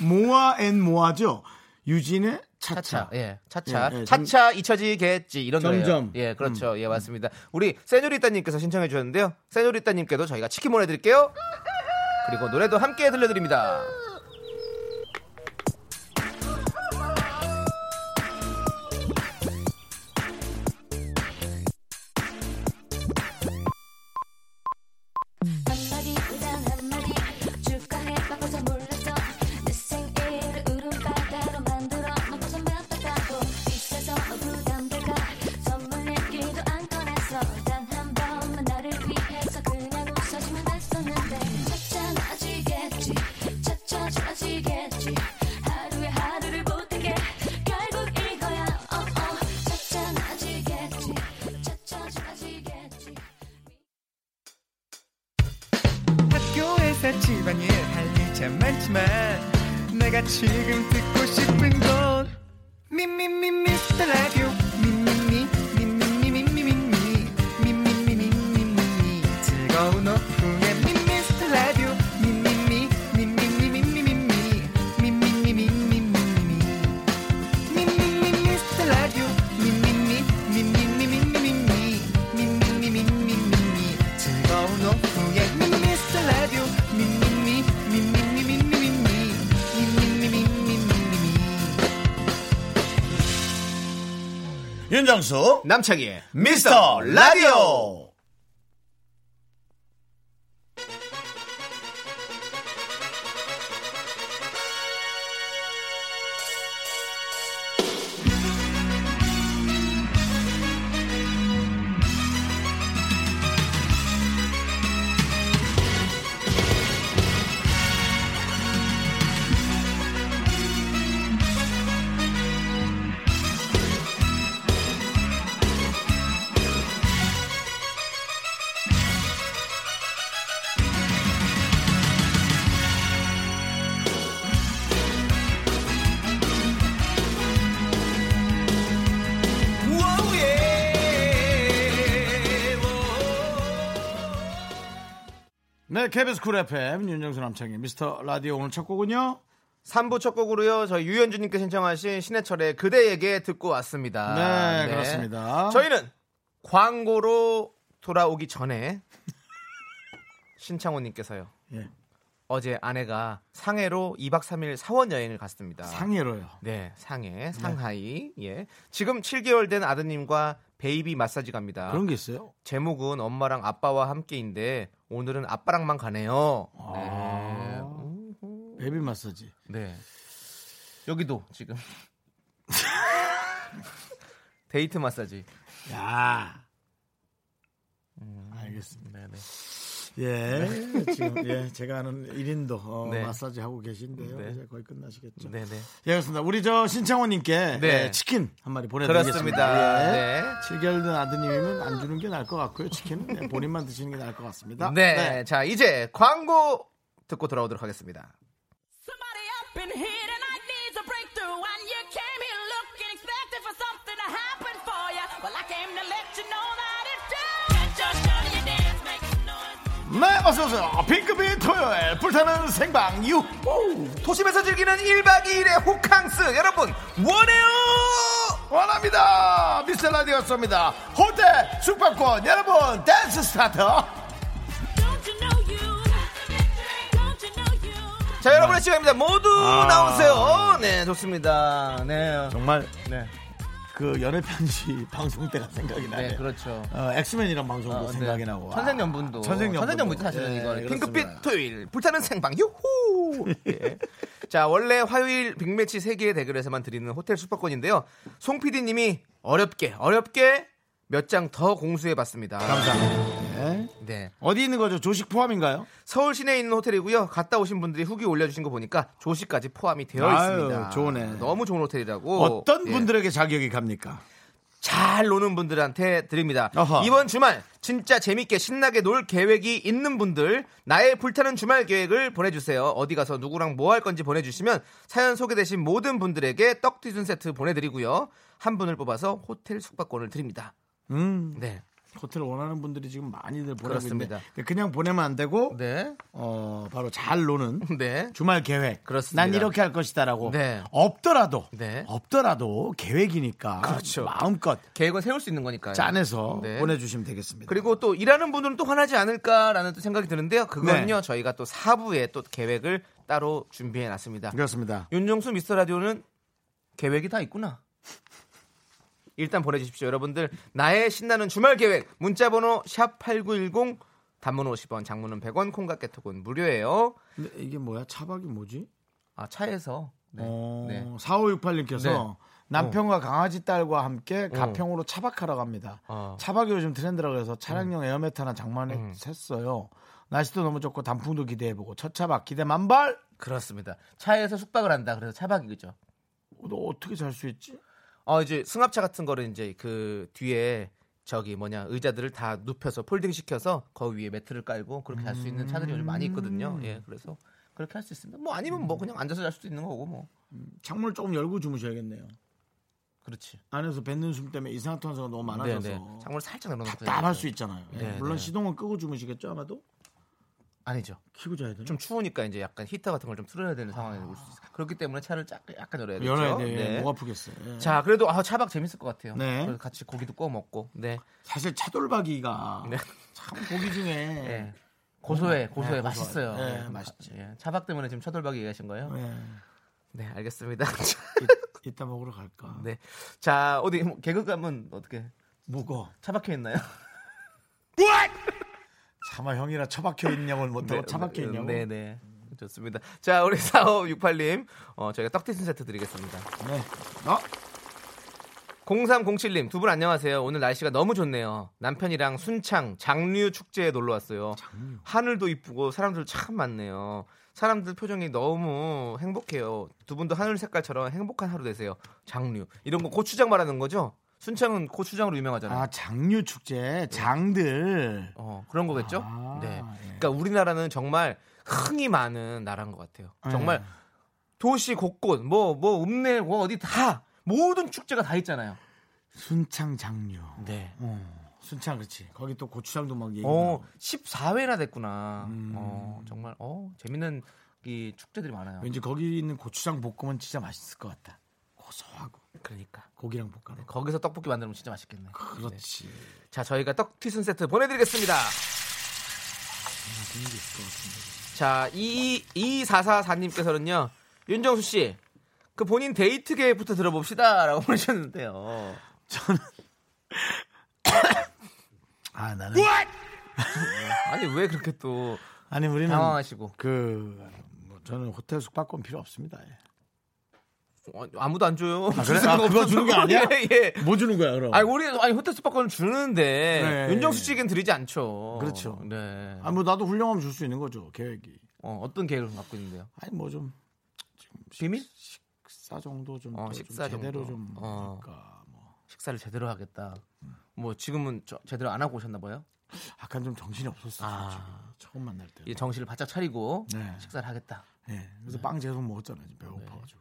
[SPEAKER 1] 모아 앤 모아죠. 유진의 차차.
[SPEAKER 2] 차차. 예. 차차.
[SPEAKER 1] 예, 예, 점-
[SPEAKER 2] 차차 잊혀지겠지 이런
[SPEAKER 1] 점점. 음.
[SPEAKER 2] 거예요. 예, 그렇죠. 예, 맞습니다. 우리 세뇨리따 님께서 신청해 주셨는데요. 세뇨리따 님께도 저희가 치킨 보내 드릴게요. 그리고 노래도 함께 들려 드립니다.
[SPEAKER 4] 한마디 우단 한마디 주가에 바꿔서 몰랐어 내 생일을 울음바다로 만들어 넌 고생 받았다고 비싸서 부담돼가 선물 내기도 안 꺼냈어 단 한 번만 나를 위해서 그냥 웃어주면 했었는데 차차 나지겠지 차차 지나지겠지 하루에 하루를 보태게 결국 이거야 어어 차차 나지겠지 차차 지나지겠지
[SPEAKER 3] 학교에서 집안일 할 일 참 많지만 내가 지금 듣고 싶은 건 미미미 미스터 라디오 미미미 미미미 미미미 미미미 미미미 즐거운 오후에 미스터 라디오 미미미 미미미 미미미 미미미 미미미 미미미 미스터 라디오 미미미 미미미 미미미 미미미 미미미 즐거운 오후에 미스터 라디오 미미미 미미미 미미미 미미미 미미미
[SPEAKER 1] 윤정수
[SPEAKER 2] 남창희의
[SPEAKER 1] 미스터 라디오. 네, KBS 쿨 FM 윤정수 남창희 미스터 라디오 오늘 첫 곡은요.
[SPEAKER 2] 3부 첫 곡으로요. 저희 유현주님께 신청하신 신해철의 그대에게 듣고 왔습니다.
[SPEAKER 1] 네, 그렇습니다.
[SPEAKER 2] 아, 저희는 광고로 돌아오기 전에 신창호님께서요.
[SPEAKER 1] 예.
[SPEAKER 2] 어제 아내가 상해로 2박 3일 사원 여행을 갔습니다.
[SPEAKER 1] 상해로요.
[SPEAKER 2] 네, 상해, 상하이. 예. 지금 7개월 된 아드님과 베이비 마사지 갑니다.
[SPEAKER 1] 그런 게 있어요.
[SPEAKER 2] 제목은 엄마랑 아빠와 함께인데 오늘은 아빠랑만 가네요. 네.
[SPEAKER 1] 베이비 마사지.
[SPEAKER 2] 네. 여기도 지금 데이트 마사지.
[SPEAKER 1] 야. 음, 알겠습니다.
[SPEAKER 2] 네, 네.
[SPEAKER 1] 예, 지금 예, 제가 아는 1인도 어,
[SPEAKER 2] 네.
[SPEAKER 1] 마사지 하고 계신데요.
[SPEAKER 2] 네.
[SPEAKER 1] 이제 거의 끝나시겠죠.
[SPEAKER 2] 네네.
[SPEAKER 1] 예, 그렇습니다. 우리 저 신창호님께
[SPEAKER 2] 네.
[SPEAKER 1] 예, 치킨 한 마리 보내드리겠습니다.
[SPEAKER 2] 그렇습니다.
[SPEAKER 1] 예.
[SPEAKER 2] 네.
[SPEAKER 1] 7개월 된 아드님이면 안 주는 게 나을 것 같고요. 치킨은 예, 본인만 드시는 게 나을 것 같습니다.
[SPEAKER 2] 네. 자, 이제 광고 듣고 돌아오도록 하겠습니다.
[SPEAKER 4] Somebody up in here tonight needs a breakthrough, and you came here looking, expecting for something to happen for you. Well, I came to let you know that it did. Get your shorty, you dance, make some noise.
[SPEAKER 1] 네, 어서오세요. 핑크빛 토요일, 불타는 생방 유
[SPEAKER 2] 도심에서 즐기는 1박 2일의 호캉스 여러분 원해요.
[SPEAKER 1] 원합니다. 미스터 라디오였습니다. 호텔 숙박권 여러분 댄스 스타트.
[SPEAKER 4] Don't you know you? Don't you know you?
[SPEAKER 2] 자, 여러분의 시간입니다. 모두 나오세요. 네, 좋습니다. 네.
[SPEAKER 1] 정말
[SPEAKER 2] 네.
[SPEAKER 1] 그 연애 편지 방송 때가 생각이 나네요.
[SPEAKER 2] 네, 그렇죠.
[SPEAKER 1] 어, 엑스맨이란 방송도
[SPEAKER 2] 어,
[SPEAKER 1] 생각이
[SPEAKER 2] 네.
[SPEAKER 1] 나고. 아.
[SPEAKER 2] 천생연분도.
[SPEAKER 1] 천생연분도.
[SPEAKER 2] 천생연분도 사실은
[SPEAKER 1] 예,
[SPEAKER 2] 이거
[SPEAKER 1] 그렇습니다.
[SPEAKER 2] 핑크빛 토요일 불타는 생방 유후. 예. 자 원래 화요일 빅매치 3개의 대결에서만 드리는 호텔 숙박권인데요. 송 PD님이 어렵게 어렵게 몇 장 더 공수해봤습니다.
[SPEAKER 1] 감사합니다. 예.
[SPEAKER 2] 네.
[SPEAKER 1] 어디 있는 거죠? 조식 포함인가요?
[SPEAKER 2] 서울 시내에 있는 호텔이고요. 갔다 오신 분들이 후기 올려주신 거 보니까 조식까지 포함이 되어
[SPEAKER 1] 아유,
[SPEAKER 2] 있습니다.
[SPEAKER 1] 좋네.
[SPEAKER 2] 너무 좋은 호텔이라고.
[SPEAKER 1] 어떤
[SPEAKER 2] 예.
[SPEAKER 1] 분들에게 자격이 갑니까?
[SPEAKER 2] 잘 노는 분들한테 드립니다.
[SPEAKER 1] 어허.
[SPEAKER 2] 이번 주말 진짜 재밌게 신나게 놀 계획이 있는 분들 나의 불타는 주말 계획을 보내주세요. 어디 가서 누구랑 뭐 할 건지 보내주시면 사연 소개되신 모든 분들에게 떡튀순 세트 보내드리고요. 한 분을 뽑아서 호텔 숙박권을 드립니다.
[SPEAKER 1] 음,
[SPEAKER 2] 네,
[SPEAKER 1] 호텔 원하는 분들이 지금 많이들 보내고
[SPEAKER 2] 그렇습니다.
[SPEAKER 1] 있는데 그냥 보내면 안 되고
[SPEAKER 2] 네,
[SPEAKER 1] 어, 바로 잘 노는
[SPEAKER 2] 네.
[SPEAKER 1] 주말 계획.
[SPEAKER 2] 그렇습니다.
[SPEAKER 1] 난 이렇게 할 것이다라고.
[SPEAKER 2] 네.
[SPEAKER 1] 없더라도
[SPEAKER 2] 네.
[SPEAKER 1] 없더라도 계획이니까
[SPEAKER 2] 그렇죠.
[SPEAKER 1] 마음껏
[SPEAKER 2] 계획은 세울 수 있는 거니까요.
[SPEAKER 1] 짠해서
[SPEAKER 2] 네.
[SPEAKER 1] 보내주시면 되겠습니다.
[SPEAKER 2] 그리고 또 일하는 분들은 또 화나지 않을까라는 또 생각이 드는데요. 그건요
[SPEAKER 1] 네.
[SPEAKER 2] 저희가 또 사부에 또 계획을 따로 준비해 놨습니다.
[SPEAKER 1] 그렇습니다.
[SPEAKER 2] 윤정수 미스터 라디오는 계획이 다 있구나. 일단 보내주십시오, 여러분들. 나의 신나는 주말 계획 문자번호 샵 #8910 단문 50원, 장문은 100원, 콩과 깨톡은 무료예요.
[SPEAKER 1] 근데 이게 뭐야? 차박이 뭐지?
[SPEAKER 2] 아 차에서. 네.
[SPEAKER 1] 어,
[SPEAKER 2] 네.
[SPEAKER 1] 4568님께서
[SPEAKER 2] 네.
[SPEAKER 1] 남편과 강아지 딸과 함께 가평으로 차박하러 갑니다.
[SPEAKER 2] 어. 음.
[SPEAKER 1] 차박이 요즘 트렌드라고 해서 차량용 에어매트나 장만에 샜어요. 날씨도 너무 좋고 단풍도 기대해보고 첫 차박 기대 만발.
[SPEAKER 2] 그렇습니다. 차에서 숙박을 한다. 그래서 차박이죠.
[SPEAKER 1] 너 어떻게 잘 수 있지?
[SPEAKER 2] 어 이제 승합차 같은 거를 이제 그 뒤에 저기 뭐냐 의자들을 다 눕혀서 폴딩 시켜서 거 위에 매트를 깔고 그렇게 잘 수 있는 차들이 요즘 많이 있거든요. 예, 그래서 그렇게 할 수 있습니다. 뭐 아니면 뭐 그냥 앉아서 잘 수도 있는 거고 뭐
[SPEAKER 1] 창문을 조금 열고 주무셔야겠네요.
[SPEAKER 2] 그렇지.
[SPEAKER 1] 안에서 뱉는 숨 때문에 이산화탄소가 너무 많아져서
[SPEAKER 2] 네네. 창문을 살짝 열어놓고
[SPEAKER 1] 답답할 수 있잖아요. 예,
[SPEAKER 2] 네,
[SPEAKER 1] 물론
[SPEAKER 2] 네.
[SPEAKER 1] 시동은 끄고 주무시겠죠 아마도
[SPEAKER 2] 아니죠.
[SPEAKER 1] 키고 자야 되나?
[SPEAKER 2] 좀 추우니까 이제 약간 히터 같은 걸 좀 틀어야 되는 상황이 올수 있어요. 그렇기 때문에 차를 짝, 약간 열어야 되죠.
[SPEAKER 1] 열어야 돼요.
[SPEAKER 2] 네.
[SPEAKER 1] 예, 목 아프겠어요. 예.
[SPEAKER 2] 자, 그래도 아 차박 재밌을 것 같아요.
[SPEAKER 1] 네.
[SPEAKER 2] 그래서 같이 고기도 구워 먹고. 네.
[SPEAKER 1] 사실 차돌박이가
[SPEAKER 2] 네.
[SPEAKER 1] 참 고기 중에
[SPEAKER 2] 예.
[SPEAKER 1] 네.
[SPEAKER 2] 고소해, 고소해,
[SPEAKER 1] 고소해.
[SPEAKER 2] 맛있어요.
[SPEAKER 1] 예, 맛있지.
[SPEAKER 2] 예. 차박 때문에 지금 차돌박이 얘기하신 거예요?
[SPEAKER 1] 예.
[SPEAKER 2] 네, 알겠습니다.
[SPEAKER 1] 이, 이따 먹으러 갈까?
[SPEAKER 2] 네. 자, 어디 뭐 개그감은 어떻게
[SPEAKER 1] 무거.
[SPEAKER 2] 차박해 있나요?
[SPEAKER 1] 차마 형이라 처박혀 있냐고 못하고
[SPEAKER 2] 네,
[SPEAKER 1] 뭐, 처박혀
[SPEAKER 2] 음,
[SPEAKER 1] 있냐고.
[SPEAKER 2] 네, 네. 좋습니다. 자, 우리 4568님, 어, 저희가 떡티순 세트 드리겠습니다.
[SPEAKER 1] 네. 어?
[SPEAKER 2] 0307님, 두 분 안녕하세요. 오늘 날씨가 너무 좋네요. 남편이랑 순창 장류 축제에 놀러 왔어요. 하늘도 이쁘고 사람들 참 많네요. 사람들 표정이 너무 행복해요. 두 분도 하늘 색깔처럼 행복한 하루 되세요. 장류. 이런 거 고추장 말하는 거죠? 순창은 고추장으로 유명하잖아요.
[SPEAKER 1] 아 장류 축제 장들.
[SPEAKER 2] 어, 그런 거겠죠?
[SPEAKER 1] 아,
[SPEAKER 2] 네.
[SPEAKER 1] 예.
[SPEAKER 2] 그러니까 우리나라는 정말 흥이 많은 나라인 것 같아요.
[SPEAKER 1] 예.
[SPEAKER 2] 정말 도시 곳곳, 뭐, 뭐, 읍내, 뭐, 어디 다 모든 축제가 다 있잖아요.
[SPEAKER 1] 순창 장류.
[SPEAKER 2] 네.
[SPEAKER 1] 어, 순창 그렇지. 거기 또 고추장도 막 얘기.
[SPEAKER 2] 어,
[SPEAKER 1] 나오고.
[SPEAKER 2] 14회나 됐구나.
[SPEAKER 1] 음.
[SPEAKER 2] 어, 정말, 어, 재밌는 이 축제들이 많아요.
[SPEAKER 1] 왠지 거기 있는 고추장 볶음은 진짜 맛있을 것 같다. 고소하고
[SPEAKER 2] 그러니까.
[SPEAKER 1] 고기랑 볶아놓고.
[SPEAKER 2] 거기서 떡볶이 만들면 진짜 맛있겠네. 네.
[SPEAKER 1] 그렇지.
[SPEAKER 2] 자, 저희가 떡 튀순 세트 보내드리겠습니다. 자, 22444님께서는요, 윤정수 씨, 그 본인 데이트 계획부터 들어봅시다. 라고 보내셨는데요.
[SPEAKER 1] 아 나는
[SPEAKER 2] 아니, 왜 그렇게 또
[SPEAKER 1] 아니 우리는
[SPEAKER 2] 당황하시고.
[SPEAKER 1] 그 뭐, 저는 호텔 숙박권 필요 없습니다. 예.
[SPEAKER 2] 어, 아무도 안 줘요. 줄
[SPEAKER 1] 그래?
[SPEAKER 2] 생각
[SPEAKER 1] 아, 그거
[SPEAKER 2] 없어서.
[SPEAKER 1] 주는 게 아니야?
[SPEAKER 2] 예, 예.
[SPEAKER 1] 뭐 주는 거야 그럼?
[SPEAKER 2] 아니 우리 아니 호텔 스파권을 주는데
[SPEAKER 1] 네.
[SPEAKER 2] 윤정수 씨에겐 드리지 않죠.
[SPEAKER 1] 그렇죠.
[SPEAKER 2] 네.
[SPEAKER 1] 아, 뭐 나도 훌륭하면 줄 수 있는 거죠 계획이.
[SPEAKER 2] 어, 어떤 계획을 갖고 있는데요?
[SPEAKER 1] 아니 뭐 좀
[SPEAKER 2] 비밀?
[SPEAKER 1] 식사 정도 좀,
[SPEAKER 2] 어,
[SPEAKER 1] 더
[SPEAKER 2] 식사
[SPEAKER 1] 좀 제대로
[SPEAKER 2] 정도.
[SPEAKER 1] 좀
[SPEAKER 2] 어.
[SPEAKER 1] 그러니까 뭐
[SPEAKER 2] 식사를 제대로 하겠다. 뭐 지금은 저- 제대로 안 하고 오셨나 봐요.
[SPEAKER 1] 약간 좀 정신이 없었어.
[SPEAKER 2] 아. 예.
[SPEAKER 1] 요 처음 만날 때.
[SPEAKER 2] 이 정신을 바짝 차리고
[SPEAKER 1] 네.
[SPEAKER 2] 식사를 하겠다.
[SPEAKER 1] 네. 그래서 빵 재소 먹었잖아요. 지금 배고파가지고.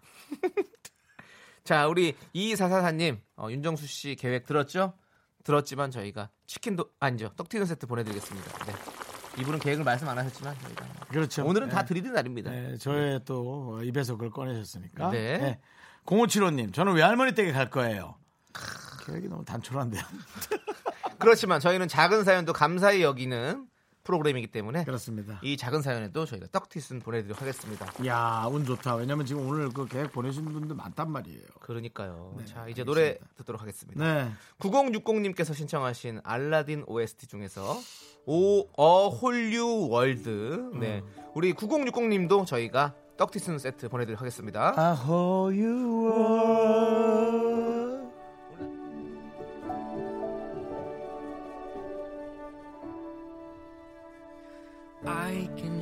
[SPEAKER 2] 자, 우리 2444님, 어, 윤정수 씨 계획 들었죠? 들었지만 저희가 치킨도, 아니죠, 떡튀는 세트 보내드리겠습니다. 네. 이분은 계획을 말씀 안 하셨지만 저희가. 뭐
[SPEAKER 1] 그렇죠.
[SPEAKER 2] 오늘은
[SPEAKER 1] 네.
[SPEAKER 2] 다 드리는 날입니다.
[SPEAKER 1] 네, 저의 또 입에서 그걸 꺼내셨으니까.
[SPEAKER 2] 네.
[SPEAKER 1] 네. 0575님, 저는 외할머니 댁에 갈 거예요. 계획이 너무 단촐한데요.
[SPEAKER 2] 그렇지만 저희는 작은 사연도 감사히 여기는 프로그램이기 때문에
[SPEAKER 1] 그렇습니다.
[SPEAKER 2] 이 작은 사연에도 저희가 떡튀순 보내드리도록 하겠습니다.
[SPEAKER 1] 야, 운 좋다. 왜냐면 지금 오늘 그 계획 보내신 분들 많단 말이에요.
[SPEAKER 2] 그러니까요.
[SPEAKER 1] 네,
[SPEAKER 2] 자, 이제
[SPEAKER 1] 알겠습니다.
[SPEAKER 2] 노래 듣도록 하겠습니다.
[SPEAKER 1] 네.
[SPEAKER 2] 9060님께서 신청하신 알라딘 OST 중에서 Oh, 오어 홀류 월드. 네. 우리 9060님도 저희가 떡티스는 세트 보내드리도록 하겠습니다.
[SPEAKER 1] 아.
[SPEAKER 3] I can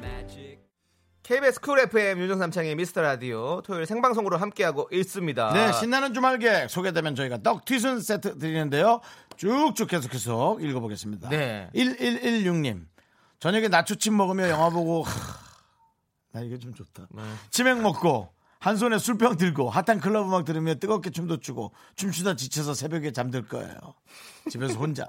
[SPEAKER 3] magic.
[SPEAKER 2] KBS 쿨 FM 윤정삼창의 미스터 라디오 토요일 생방송으로 함께하고 있습니다.
[SPEAKER 1] 네, 신나는 주말 계획 소개되면 저희가 떡튀순 세트 드리는데요. 쭉쭉 계속 계속 읽어보겠습니다.
[SPEAKER 2] 네.
[SPEAKER 1] 1116님. 저녁에 나초침 먹으며 영화 보고, 하, 나 이거 좀 좋다.
[SPEAKER 2] 네.
[SPEAKER 1] 치맥 먹고, 한 손에 술병 들고, 핫한 클럽 음악 들으며 뜨겁게 춤도 추고, 춤추다 지쳐서 새벽에 잠들 거예요. 집에서 혼자.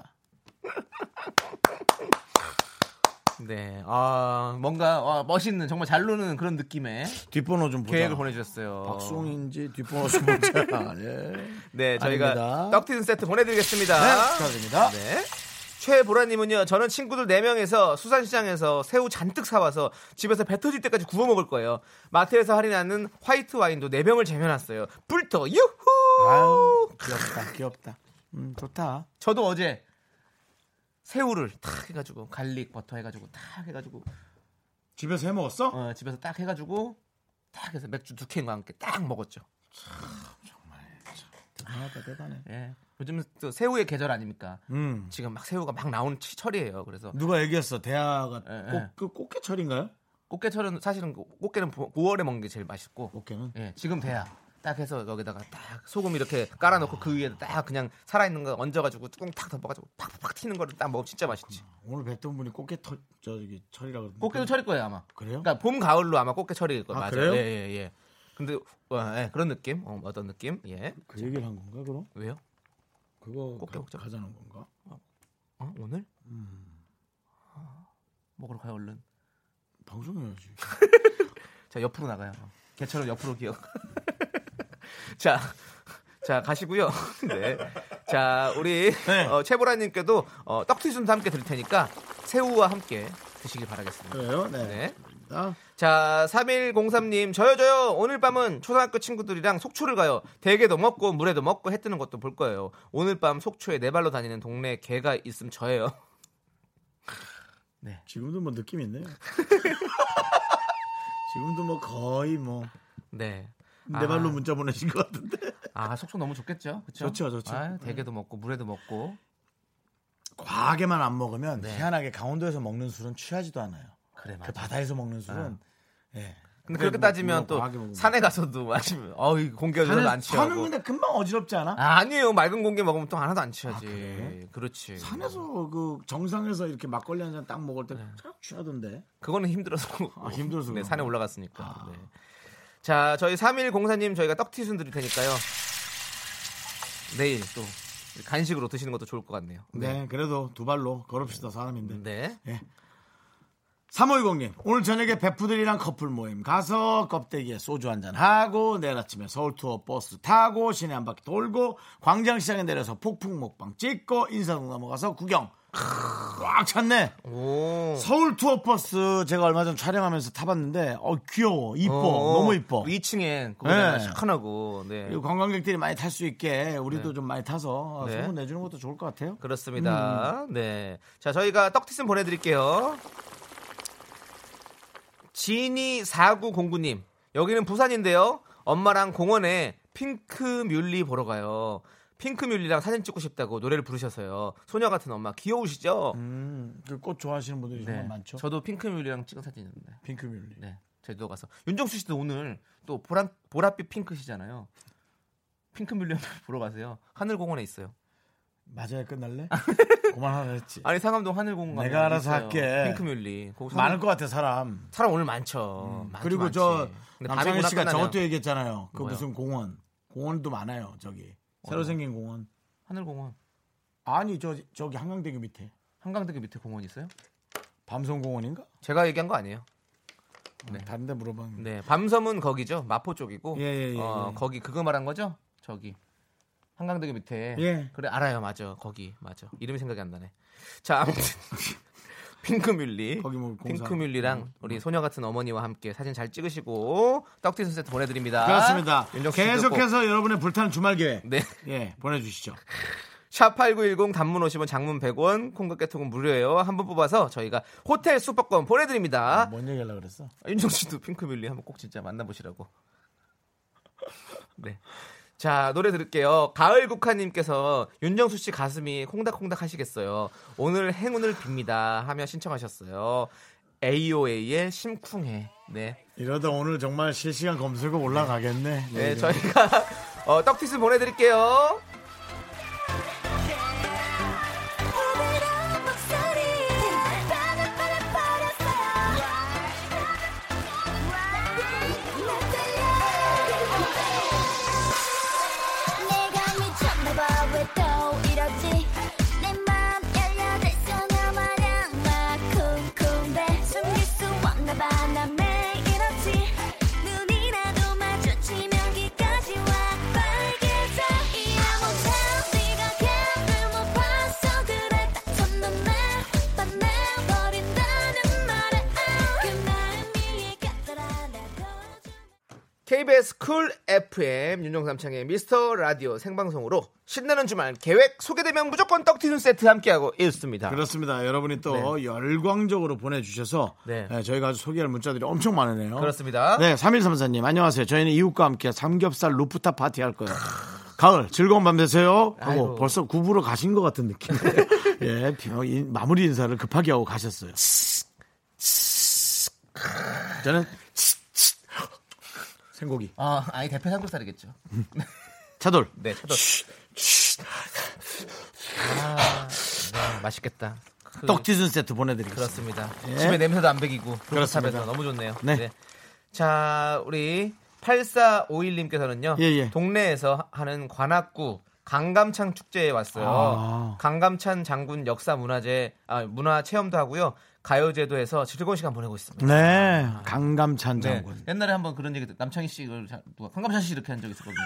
[SPEAKER 2] 네. 아, 뭔가 아, 멋있는 정말 잘 노는 그런 느낌의
[SPEAKER 1] 뒷번호 좀 보자.
[SPEAKER 2] 계획을 보내주셨어요.
[SPEAKER 1] 박수홍인지 뒷번호 좀 보자. 예.
[SPEAKER 2] 네, 저희가
[SPEAKER 1] 아닙니다.
[SPEAKER 2] 떡티순 세트 보내드리겠습니다.
[SPEAKER 1] 네, 축하드립니다.
[SPEAKER 2] 네. 최보라님은요, 저는 친구들 4명에서 수산시장에서 새우 잔뜩 사와서 집에서 배 터질 때까지 구워 먹을 거예요. 마트에서 할인하는 화이트 와인도 4병을 재면놨어요. 불터, 유후!
[SPEAKER 1] 아유, 귀엽다, 귀엽다. 음, 좋다.
[SPEAKER 2] 저도 어제 새우를 탁 해가지고, 갈릭 버터 해가지고, 탁 해가지고,
[SPEAKER 1] 집에서 해 먹었어?
[SPEAKER 2] 어, 집에서 딱 해가지고, 딱 해서 맥주 두 캔과 함께 딱 먹었죠.
[SPEAKER 1] 대단하다, 대단해.
[SPEAKER 2] 예. 요즘 또 새우의 계절 아닙니까?
[SPEAKER 1] 음.
[SPEAKER 2] 지금 막 새우가 막 나오는 치- 철이에요. 그래서
[SPEAKER 1] 누가 얘기했어? 대하가
[SPEAKER 2] 예,
[SPEAKER 1] 꽃,
[SPEAKER 2] 예.
[SPEAKER 1] 그 꽃게철인가요?
[SPEAKER 2] 꽃게철은 사실은 그 꽃게는 9월에 먹는 게 제일 맛있고
[SPEAKER 1] 꽃게는?
[SPEAKER 2] 예, 지금 돼야 딱 해서 여기다가 딱 소금 이렇게 깔아놓고 그 위에 딱 그냥 살아있는 거 얹어가지고 뚱탁 덮어가지고 팍팍팍 튀는 거를 딱 먹으면 진짜 맛있지
[SPEAKER 1] 오늘 뵀던 분이 꽃게철, 저기 철이라고 그러던데.
[SPEAKER 2] 꽃게도 철일 거예요 아마
[SPEAKER 1] 그래요?
[SPEAKER 2] 그러니까 봄 가을로 아마 꽃게철일 거예요
[SPEAKER 1] 아,
[SPEAKER 2] 맞아요
[SPEAKER 1] 그래요?
[SPEAKER 2] 예예예 근데 와, 예, 그런 느낌 어, 어떤 느낌 예
[SPEAKER 1] 그 얘기를 한 건가, 그럼?
[SPEAKER 2] 왜요?
[SPEAKER 1] 그거
[SPEAKER 2] 꽃게 먹자.
[SPEAKER 1] 가, 자는 건가?
[SPEAKER 2] 어? 오늘? 아, 음. 먹으러 가요 얼른
[SPEAKER 1] 방송해야지.
[SPEAKER 2] 자 옆으로 나가요. 개처럼 옆으로 기어. 자, 자 가시고요. 네. 자 우리
[SPEAKER 1] 네.
[SPEAKER 2] 어, 최보라님께도 어, 떡튀순도 함께 드릴 테니까 새우와 함께 드시길 바라겠습니다.
[SPEAKER 1] 그래요? 네.
[SPEAKER 2] 네.
[SPEAKER 1] 아,
[SPEAKER 2] 자 3103님 저요 저요 오늘 밤은 초등학교 친구들이랑 속초를 가요. 대게도 먹고 물에도 먹고 해 뜨는 것도 볼 거예요. 오늘 밤 속초에 네 발로 다니는 동네 개가 있음 저예요.
[SPEAKER 1] 지금도 뭐 느낌 있네요. 지금도 뭐 거의 뭐 내
[SPEAKER 2] 네.
[SPEAKER 1] 발로 문자 보내신 것 같은데.
[SPEAKER 2] 아 속초 너무 좋겠죠. 그쵸?
[SPEAKER 1] 좋죠, 좋죠. 네.
[SPEAKER 2] 아, 대게도 먹고 물에도 먹고
[SPEAKER 1] 과하게만 안 먹으면
[SPEAKER 2] 네.
[SPEAKER 1] 희한하게 강원도에서 먹는 술은 취하지도 않아요.
[SPEAKER 2] 그래
[SPEAKER 1] 그 바다에서 먹는 술은
[SPEAKER 2] 아.
[SPEAKER 1] 예.
[SPEAKER 2] 근데 그렇게
[SPEAKER 1] 뭐,
[SPEAKER 2] 따지면
[SPEAKER 1] 뭐
[SPEAKER 2] 또
[SPEAKER 1] 과하게 먹으면.
[SPEAKER 2] 산에 가서도 마시면 어이 공기가
[SPEAKER 1] 산에-
[SPEAKER 2] 별로 안
[SPEAKER 1] 산은
[SPEAKER 2] 취하고
[SPEAKER 1] 근데 금방 어지럽지 않아?
[SPEAKER 2] 아, 아니에요 맑은 공기 먹으면 또 하나도 안 취하지
[SPEAKER 1] 아, 그래?
[SPEAKER 2] 그렇지
[SPEAKER 1] 산에서 그 정상에서 이렇게 막걸리 한 잔 딱 먹을
[SPEAKER 2] 네.
[SPEAKER 1] 때참 취하던데.
[SPEAKER 2] 그거는 힘들어서
[SPEAKER 1] 아, 힘들어서
[SPEAKER 2] 네,
[SPEAKER 1] 그런
[SPEAKER 2] 산에
[SPEAKER 1] 거야. 아.
[SPEAKER 2] 올라갔으니까 네. 자 저희 3일 공사님 저희가 떡티순 드릴 테니까요 내일 또 간식으로 드시는 것도 좋을 것 같네요
[SPEAKER 1] 네, 그래도 두 발로 걸읍시다 사람인데.
[SPEAKER 2] 네
[SPEAKER 1] 예. 3510님, 오늘 저녁에 베프들이랑 커플 모임 가서 껍데기에 소주 한잔 하고, 내일 아침에 서울 투어 버스 타고, 시내 한 바퀴 돌고, 광장시장에 내려서 폭풍 먹방 찍고, 인사동 넘어가서 구경. 크으, 꽉 찼네.
[SPEAKER 2] 오.
[SPEAKER 1] 서울 투어 버스 제가 얼마 전 촬영하면서 타봤는데, 어, 귀여워. 이뻐.
[SPEAKER 2] 어,
[SPEAKER 1] 너무 이뻐.
[SPEAKER 2] 2층엔 그거
[SPEAKER 1] 네.
[SPEAKER 2] 시원하고 네.
[SPEAKER 1] 그리고 관광객들이 많이 탈 수 있게 우리도 좀 많이 타서
[SPEAKER 2] 네.
[SPEAKER 1] 소문 내주는 것도 좋을 것 같아요. 음.
[SPEAKER 2] 그렇습니다. 네. 자, 저희가 떡티슨 보내드릴게요. 지니4909님. 여기는 부산인데요. 엄마랑 공원에 핑크 뮬리 보러 가요. 핑크 뮬리랑 사진 찍고 싶다고 노래를 부르셔서요. 소녀 같은 엄마 귀여우시죠?
[SPEAKER 1] 음, 그 꽃 좋아하시는 분들이 정말 많죠.
[SPEAKER 2] 네. 저도 핑크 뮬리랑 찍은 사진인데.
[SPEAKER 1] 핑크뮬리.
[SPEAKER 2] 네. 제주도 가서. 윤정수 씨도 오늘 또 보라, 보랏빛 핑크시잖아요. 핑크 뮬리 한번 보러 가세요. 하늘공원에 있어요.
[SPEAKER 1] 맞아야 끝날래? 그만하라 했지.
[SPEAKER 2] 아니 상암동 하늘공원 가면
[SPEAKER 1] 내가 알아서
[SPEAKER 2] 있어요.
[SPEAKER 1] 할게.
[SPEAKER 2] 핑크뮬리 거기 사람,
[SPEAKER 1] 많을 것 같아 사람.
[SPEAKER 2] 사람 오늘 많죠 많긴
[SPEAKER 1] 음. 그리고
[SPEAKER 2] 많지.
[SPEAKER 1] 저
[SPEAKER 2] 근데 밤에
[SPEAKER 1] 남창희
[SPEAKER 2] 문화
[SPEAKER 1] 씨가
[SPEAKER 2] 끝나면
[SPEAKER 1] 저것도 얘기했잖아요. 그
[SPEAKER 2] 뭐요?
[SPEAKER 1] 무슨 공원. 공원도 많아요 저기. 새로 생긴 공원.
[SPEAKER 2] 하늘공원
[SPEAKER 1] 아니 저 저기 한강대교 밑에
[SPEAKER 2] 한강대교 밑에 공원 있어요?
[SPEAKER 1] 밤송공원인가?
[SPEAKER 2] 제가 얘기한 거 아니에요
[SPEAKER 1] 네. 다른데 물어봤는데.
[SPEAKER 2] 네 밤섬은 거기죠 마포 쪽이고
[SPEAKER 1] 예, 예, 예,
[SPEAKER 2] 어,
[SPEAKER 1] 예.
[SPEAKER 2] 거기 그거 말한 거죠? 저기 한강대교 밑에
[SPEAKER 1] 예.
[SPEAKER 2] 그래 알아요 맞아 거기 맞아 이름이 생각이 안 나네 자 아무튼 네. 핑크뮬리
[SPEAKER 1] 거기 뭐 공사-
[SPEAKER 2] 핑크뮬리랑 우리 소녀 같은 어머니와 함께 사진 잘 찍으시고 떡튀순 세트 보내드립니다
[SPEAKER 1] 그렇습니다.
[SPEAKER 2] 아, 윤정수 씨도 꼭-
[SPEAKER 1] 계속해서 여러분의 불타는 주말 계획.
[SPEAKER 2] 네
[SPEAKER 1] 예, 보내주시죠.
[SPEAKER 2] 샵8910 단문 50원 장문 100원 콩과 깨통은 무료예요. 한 분 뽑아서 저희가 호텔 숙박권 보내드립니다. 아,
[SPEAKER 1] 뭔 얘기하려고 그랬어?
[SPEAKER 2] 윤정 씨도 핑크뮬리 한번 꼭 진짜 만나보시라고. 네. 자 노래 들을게요. 가을 국화님께서 윤정수 씨 가슴이 콩닥콩닥 하시겠어요. 오늘 행운을 빕니다 하며 신청하셨어요. AOA의 심쿵해. 네.
[SPEAKER 1] 이러다 오늘 정말 실시간 검색어 올라가겠네.
[SPEAKER 2] 네, 저희가 어, 떡티스 보내드릴게요.
[SPEAKER 4] 부드러운 목소리 바람 빨라버렸어요 나 떨려 내가 미쳤나봐 왜 또 이러지 내 맘 열려들서 나와랑 막 쿵쿵대 숨길 수 없나봐 나 매일 이러지 눈이라도 마주치면 귀까지 와 빨개져 이 아무 참 네가 걔를 못 봤어 그래 딱손넌 내빠내버린다는 말에 그 마음 위에 깃들아 내
[SPEAKER 2] KBS 쿨 FM 윤정삼창의 미스터 라디오 생방송으로 신나는 주말 계획 소개되면 무조건 떡튀순 세트 함께하고 있습니다.
[SPEAKER 1] 네. 그렇습니다. 여러분이 또 열광적으로 보내주셔서
[SPEAKER 2] 네.
[SPEAKER 1] 예, 저희가 아주 소개할 문자들이 엄청 많으네요.
[SPEAKER 2] 그렇습니다.
[SPEAKER 1] 네, 3134님 안녕하세요. 저희는 이웃과 함께 삼겹살 루프탑 파티 할 거예요. 가을 즐거운 밤 되세요. 하고
[SPEAKER 2] 아이고.
[SPEAKER 1] 벌써 구부러 가신 것 같은 느낌. 예, 비- 인- 마무리 인사를 급하게 하고 가셨어요. 저는 생고기.
[SPEAKER 2] 아, 아니 대패 삼겹살이겠죠.
[SPEAKER 1] 차돌.
[SPEAKER 2] 네, 차도. 아, 네, 맛있겠다. 그,
[SPEAKER 1] 떡지순 세트 보내드리겠습니다. 예.
[SPEAKER 2] 그렇습니다. 집에 냄새도 안 배기고
[SPEAKER 1] 그렇습니다.
[SPEAKER 2] 그렇습니다. 너무 좋네요.
[SPEAKER 1] 네.
[SPEAKER 2] 자, 우리 8451님께서는요.
[SPEAKER 1] 예, 예.
[SPEAKER 2] 동네에서 하는 관악구 강감창 축제에 왔어요.
[SPEAKER 1] 아.
[SPEAKER 2] 강감찬 장군 역사 문화제 아, 문화 체험도 하고요. 가요제도에서 즐거운 시간 보내고 있습니다.
[SPEAKER 1] 네, 강감찬
[SPEAKER 2] 네.
[SPEAKER 1] 장군.
[SPEAKER 2] 옛날에 한번 그런 얘기 남창희 씨 이걸 자- 누가 강감찬 씨 이렇게 한 적이 있었거든요.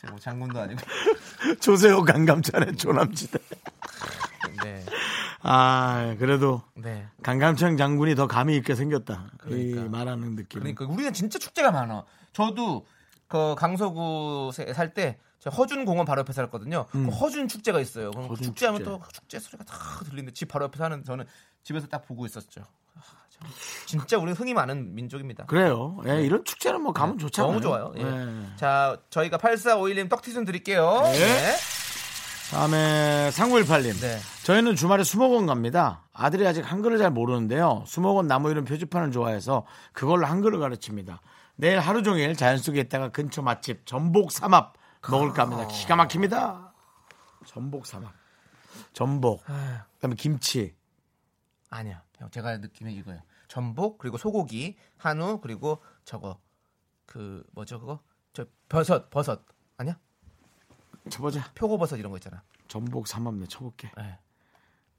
[SPEAKER 2] 제가 뭐 장군도 아니고.
[SPEAKER 1] 조세호 강감찬의 조남지대.
[SPEAKER 2] 네.
[SPEAKER 1] 아, 그래도
[SPEAKER 2] 네.
[SPEAKER 1] 강감찬 장군이 더 감이 있게 생겼다. 이
[SPEAKER 2] 그러니까.
[SPEAKER 1] 말하는 느낌.
[SPEAKER 2] 그러니까 우리는 진짜 축제가 많아. 저도 그 강서구 살 때 허준 공원 바로 옆에 살았거든요. 그 허준 축제가 있어요. 그럼
[SPEAKER 1] 음. 허준
[SPEAKER 2] 축제하면
[SPEAKER 1] 축제.
[SPEAKER 2] 또 축제 소리가 다 들리는데 집 바로 옆에 사는 저는 집에서 딱 보고 있었죠. 아, 참. 진짜 우리는 흥이 많은 민족입니다.
[SPEAKER 1] 그래요. 예, 이런 축제는 뭐 가면 좋잖아요.
[SPEAKER 2] 네. 너무 좋아요. 예.
[SPEAKER 1] 예.
[SPEAKER 2] 자, 저희가 8451님 떡티순 드릴게요. 예.
[SPEAKER 1] 네. 다음에 상구일팔님.
[SPEAKER 2] 네.
[SPEAKER 1] 저희는 주말에 수목원 갑니다. 아들이 아직 한글을 잘 모르는데요. 수목원 나무 이름 표지판을 좋아해서 그걸로 한글을 가르칩니다. 내일 하루 종일 자연 속에 있다가 근처 맛집 전복 삼합 먹을까 합니다. 기가 막힙니다. 전복 삼합. 전복.
[SPEAKER 2] 아.
[SPEAKER 1] 그다음에 김치.
[SPEAKER 2] 아니야. 형, 제가 느낌이 이거예요. 전복 그리고 소고기, 한우 그리고 저거 그 뭐죠 그거? 저 버섯, 버섯. 아니야?
[SPEAKER 1] 쳐보자.
[SPEAKER 2] 표고버섯 이런 거 있잖아.
[SPEAKER 1] 전복 삼합 내 쳐볼게.
[SPEAKER 2] 네.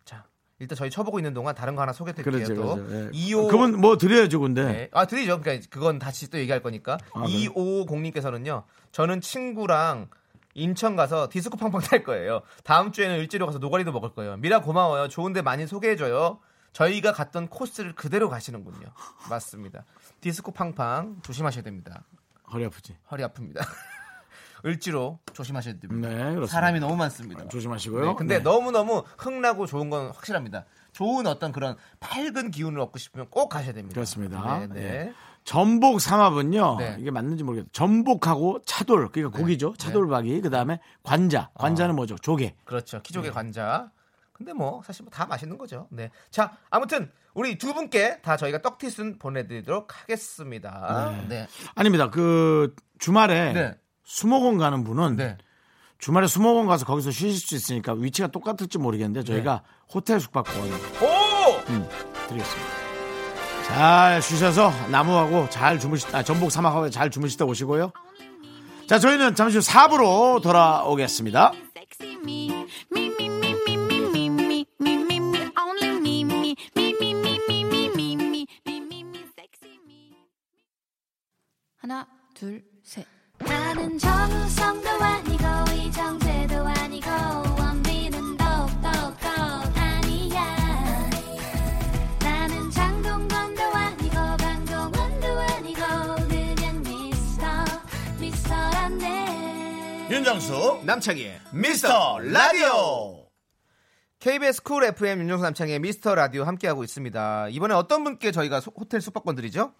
[SPEAKER 2] 자, 일단 저희 쳐보고 있는 동안 다른 거 하나 소개드릴게요.
[SPEAKER 1] 그렇죠.
[SPEAKER 2] 네, 또
[SPEAKER 1] 그렇죠. 예.
[SPEAKER 2] 25
[SPEAKER 1] 그건 뭐 드려야죠, 근데.
[SPEAKER 2] 네. 아 드리죠. 그러니까 그건 다시 또 얘기할 거니까.
[SPEAKER 1] 아, 네.
[SPEAKER 2] 2550님께서는요. 저는 친구랑 인천 가서 디스코 팡팡 탈 거예요. 다음 주에는 일지로 가서 노가리도 먹을 거예요. 미라 고마워요. 좋은데 많이 소개해줘요. 저희가 갔던 코스를 그대로 가시는군요. 맞습니다. 디스코 팡팡 조심하셔야 됩니다.
[SPEAKER 1] 허리 아프지.
[SPEAKER 2] 허리 아픕니다. 을지로 조심하셔야 됩니다.
[SPEAKER 1] 네, 그렇습니다.
[SPEAKER 2] 사람이 너무 많습니다.
[SPEAKER 1] 조심하시고요.
[SPEAKER 2] 네, 근데
[SPEAKER 1] 네.
[SPEAKER 2] 너무너무 흥나고 좋은 건 확실합니다. 좋은 어떤 그런 밝은 기운을 얻고 싶으면 꼭 가셔야 됩니다.
[SPEAKER 1] 그렇습니다.
[SPEAKER 2] 네, 네.
[SPEAKER 1] 예. 전복 삼합은요.
[SPEAKER 2] 네.
[SPEAKER 1] 이게 맞는지 모르겠어요. 전복하고 차돌, 그러니까 고기죠. 차돌박이. 그다음에
[SPEAKER 2] 아.
[SPEAKER 1] 관자. 관자는 뭐죠? 조개.
[SPEAKER 2] 그렇죠.
[SPEAKER 1] 예.
[SPEAKER 2] 키조개 관자. 근데 뭐 사실 뭐 다 맛있는 거죠. 네. 자, 아무튼 우리 두 분께 다 저희가 떡티순 보내드리도록 하겠습니다. 네. 네.
[SPEAKER 1] 아닙니다. 그 주말에
[SPEAKER 2] 네.
[SPEAKER 1] 수목원 가는 분은 주말에 수목원 가서 거기서 쉬실 수 있으니까 위치가 똑같을지 모르겠는데 저희가
[SPEAKER 2] 네.
[SPEAKER 1] 호텔 숙박권
[SPEAKER 2] 오!
[SPEAKER 1] 드리겠습니다. 잘 쉬셔서 나무하고 잘 주무시다. 아, 전복 사막하고 잘 주무시다 오시고요. 자, 저희는 잠시 후 4부로 돌아오겠습니다.
[SPEAKER 4] Sexy me, me, me, me, me, me, me, me, me, me, me, only me, me, me, me, me, me, me, me, me, me, me, me, sexy me.
[SPEAKER 8] 하나, 둘, 셋.
[SPEAKER 4] 나는 정우성도 아니고 이정재도 아니고 원빈은 더욱더 아니야 나는 장동건도 아니고 강동원도 아니고 그냥 미스터 미스터란데
[SPEAKER 1] 윤정수,
[SPEAKER 2] 남창희의
[SPEAKER 1] 미스터 라디오.
[SPEAKER 2] KBS 쿨 FM 윤정수 남창희의 미스터 라디오 함께하고 있습니다. 이번에 어떤 분께 저희가 소- 호텔 숙박권 드리죠?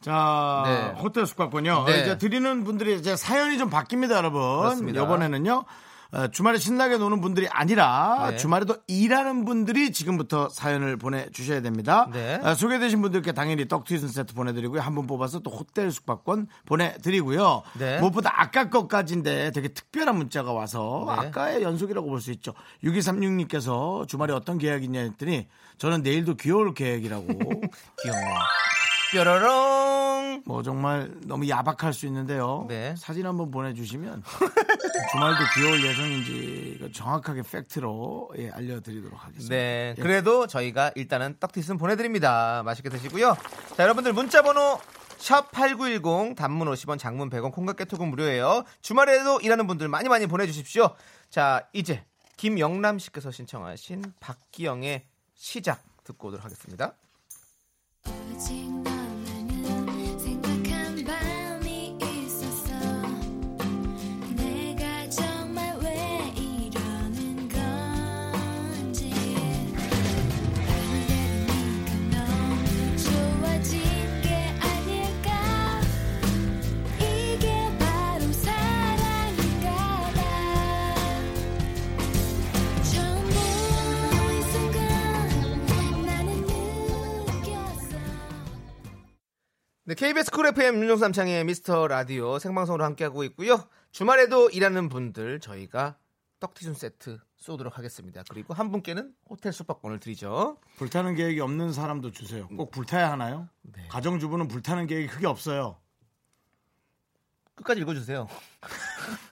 [SPEAKER 1] 자,
[SPEAKER 2] 네.
[SPEAKER 1] 호텔 숙박권요.
[SPEAKER 2] 네.
[SPEAKER 1] 이제 드리는 분들이 이제 사연이 좀 바뀝니다, 여러분.
[SPEAKER 2] 그렇습니다.
[SPEAKER 1] 이번에는요. 어, 주말에 신나게 노는 분들이 아니라
[SPEAKER 2] 네.
[SPEAKER 1] 주말에도 일하는 분들이 지금부터 사연을 보내주셔야 됩니다.
[SPEAKER 2] 네.
[SPEAKER 1] 어, 소개되신 분들께 당연히 떡튀순 세트 보내드리고요. 한 분 뽑아서 또 호텔 숙박권 보내드리고요.
[SPEAKER 2] 네.
[SPEAKER 1] 무엇보다 아까 것까지인데 되게 특별한 문자가 와서
[SPEAKER 2] 네.
[SPEAKER 1] 아까의 연속이라고 볼 수 있죠. 6236님께서 주말에 어떤 계획이 있냐 했더니 저는 내일도 귀여울 계획이라고
[SPEAKER 2] 귀여워. 뾰로롱.
[SPEAKER 1] 뭐 정말 너무 야박할 수 있는데요.
[SPEAKER 2] 네.
[SPEAKER 1] 사진 한번 보내주시면 주말도 귀여울 예정인지 정확하게 팩트로 예, 알려드리도록 하겠습니다.
[SPEAKER 2] 네,
[SPEAKER 1] 예.
[SPEAKER 2] 그래도 저희가 일단은 떡티순 보내드립니다. 맛있게 드시고요. 자, 여러분들 문자번호 샵 #8910 단문 50원, 장문 100원, 콩깍개톡은 무료예요. 주말에도 일하는 분들 많이 많이 보내주십시오. 자, 이제 김영남 씨께서 신청하신 박기영의 시작 듣고 오도록 하겠습니다.
[SPEAKER 4] 오직 너라는 생각한 밤이 있었어 내가 정말 왜 이러는 건지 그대로 네가 너무 좋아진 게 아닐까 이게 바로 사랑인가 봐 처음 보는 이 순간 나는 느꼈어
[SPEAKER 2] 네, KBS 쿨 FM 윤종수 남창의 미스터 라디오 생방송으로 함께하고 있고요. 주말에도 일하는 분들 저희가 떡티순 세트 쏘도록 하겠습니다. 그리고 한 분께는 호텔 숙박권을 드리죠.
[SPEAKER 1] 불타는 계획이 없는 사람도 주세요. 꼭 불타야 하나요?
[SPEAKER 2] 네.
[SPEAKER 1] 가정주부는 불타는 계획이 크게 없어요.
[SPEAKER 2] 끝까지 읽어주세요.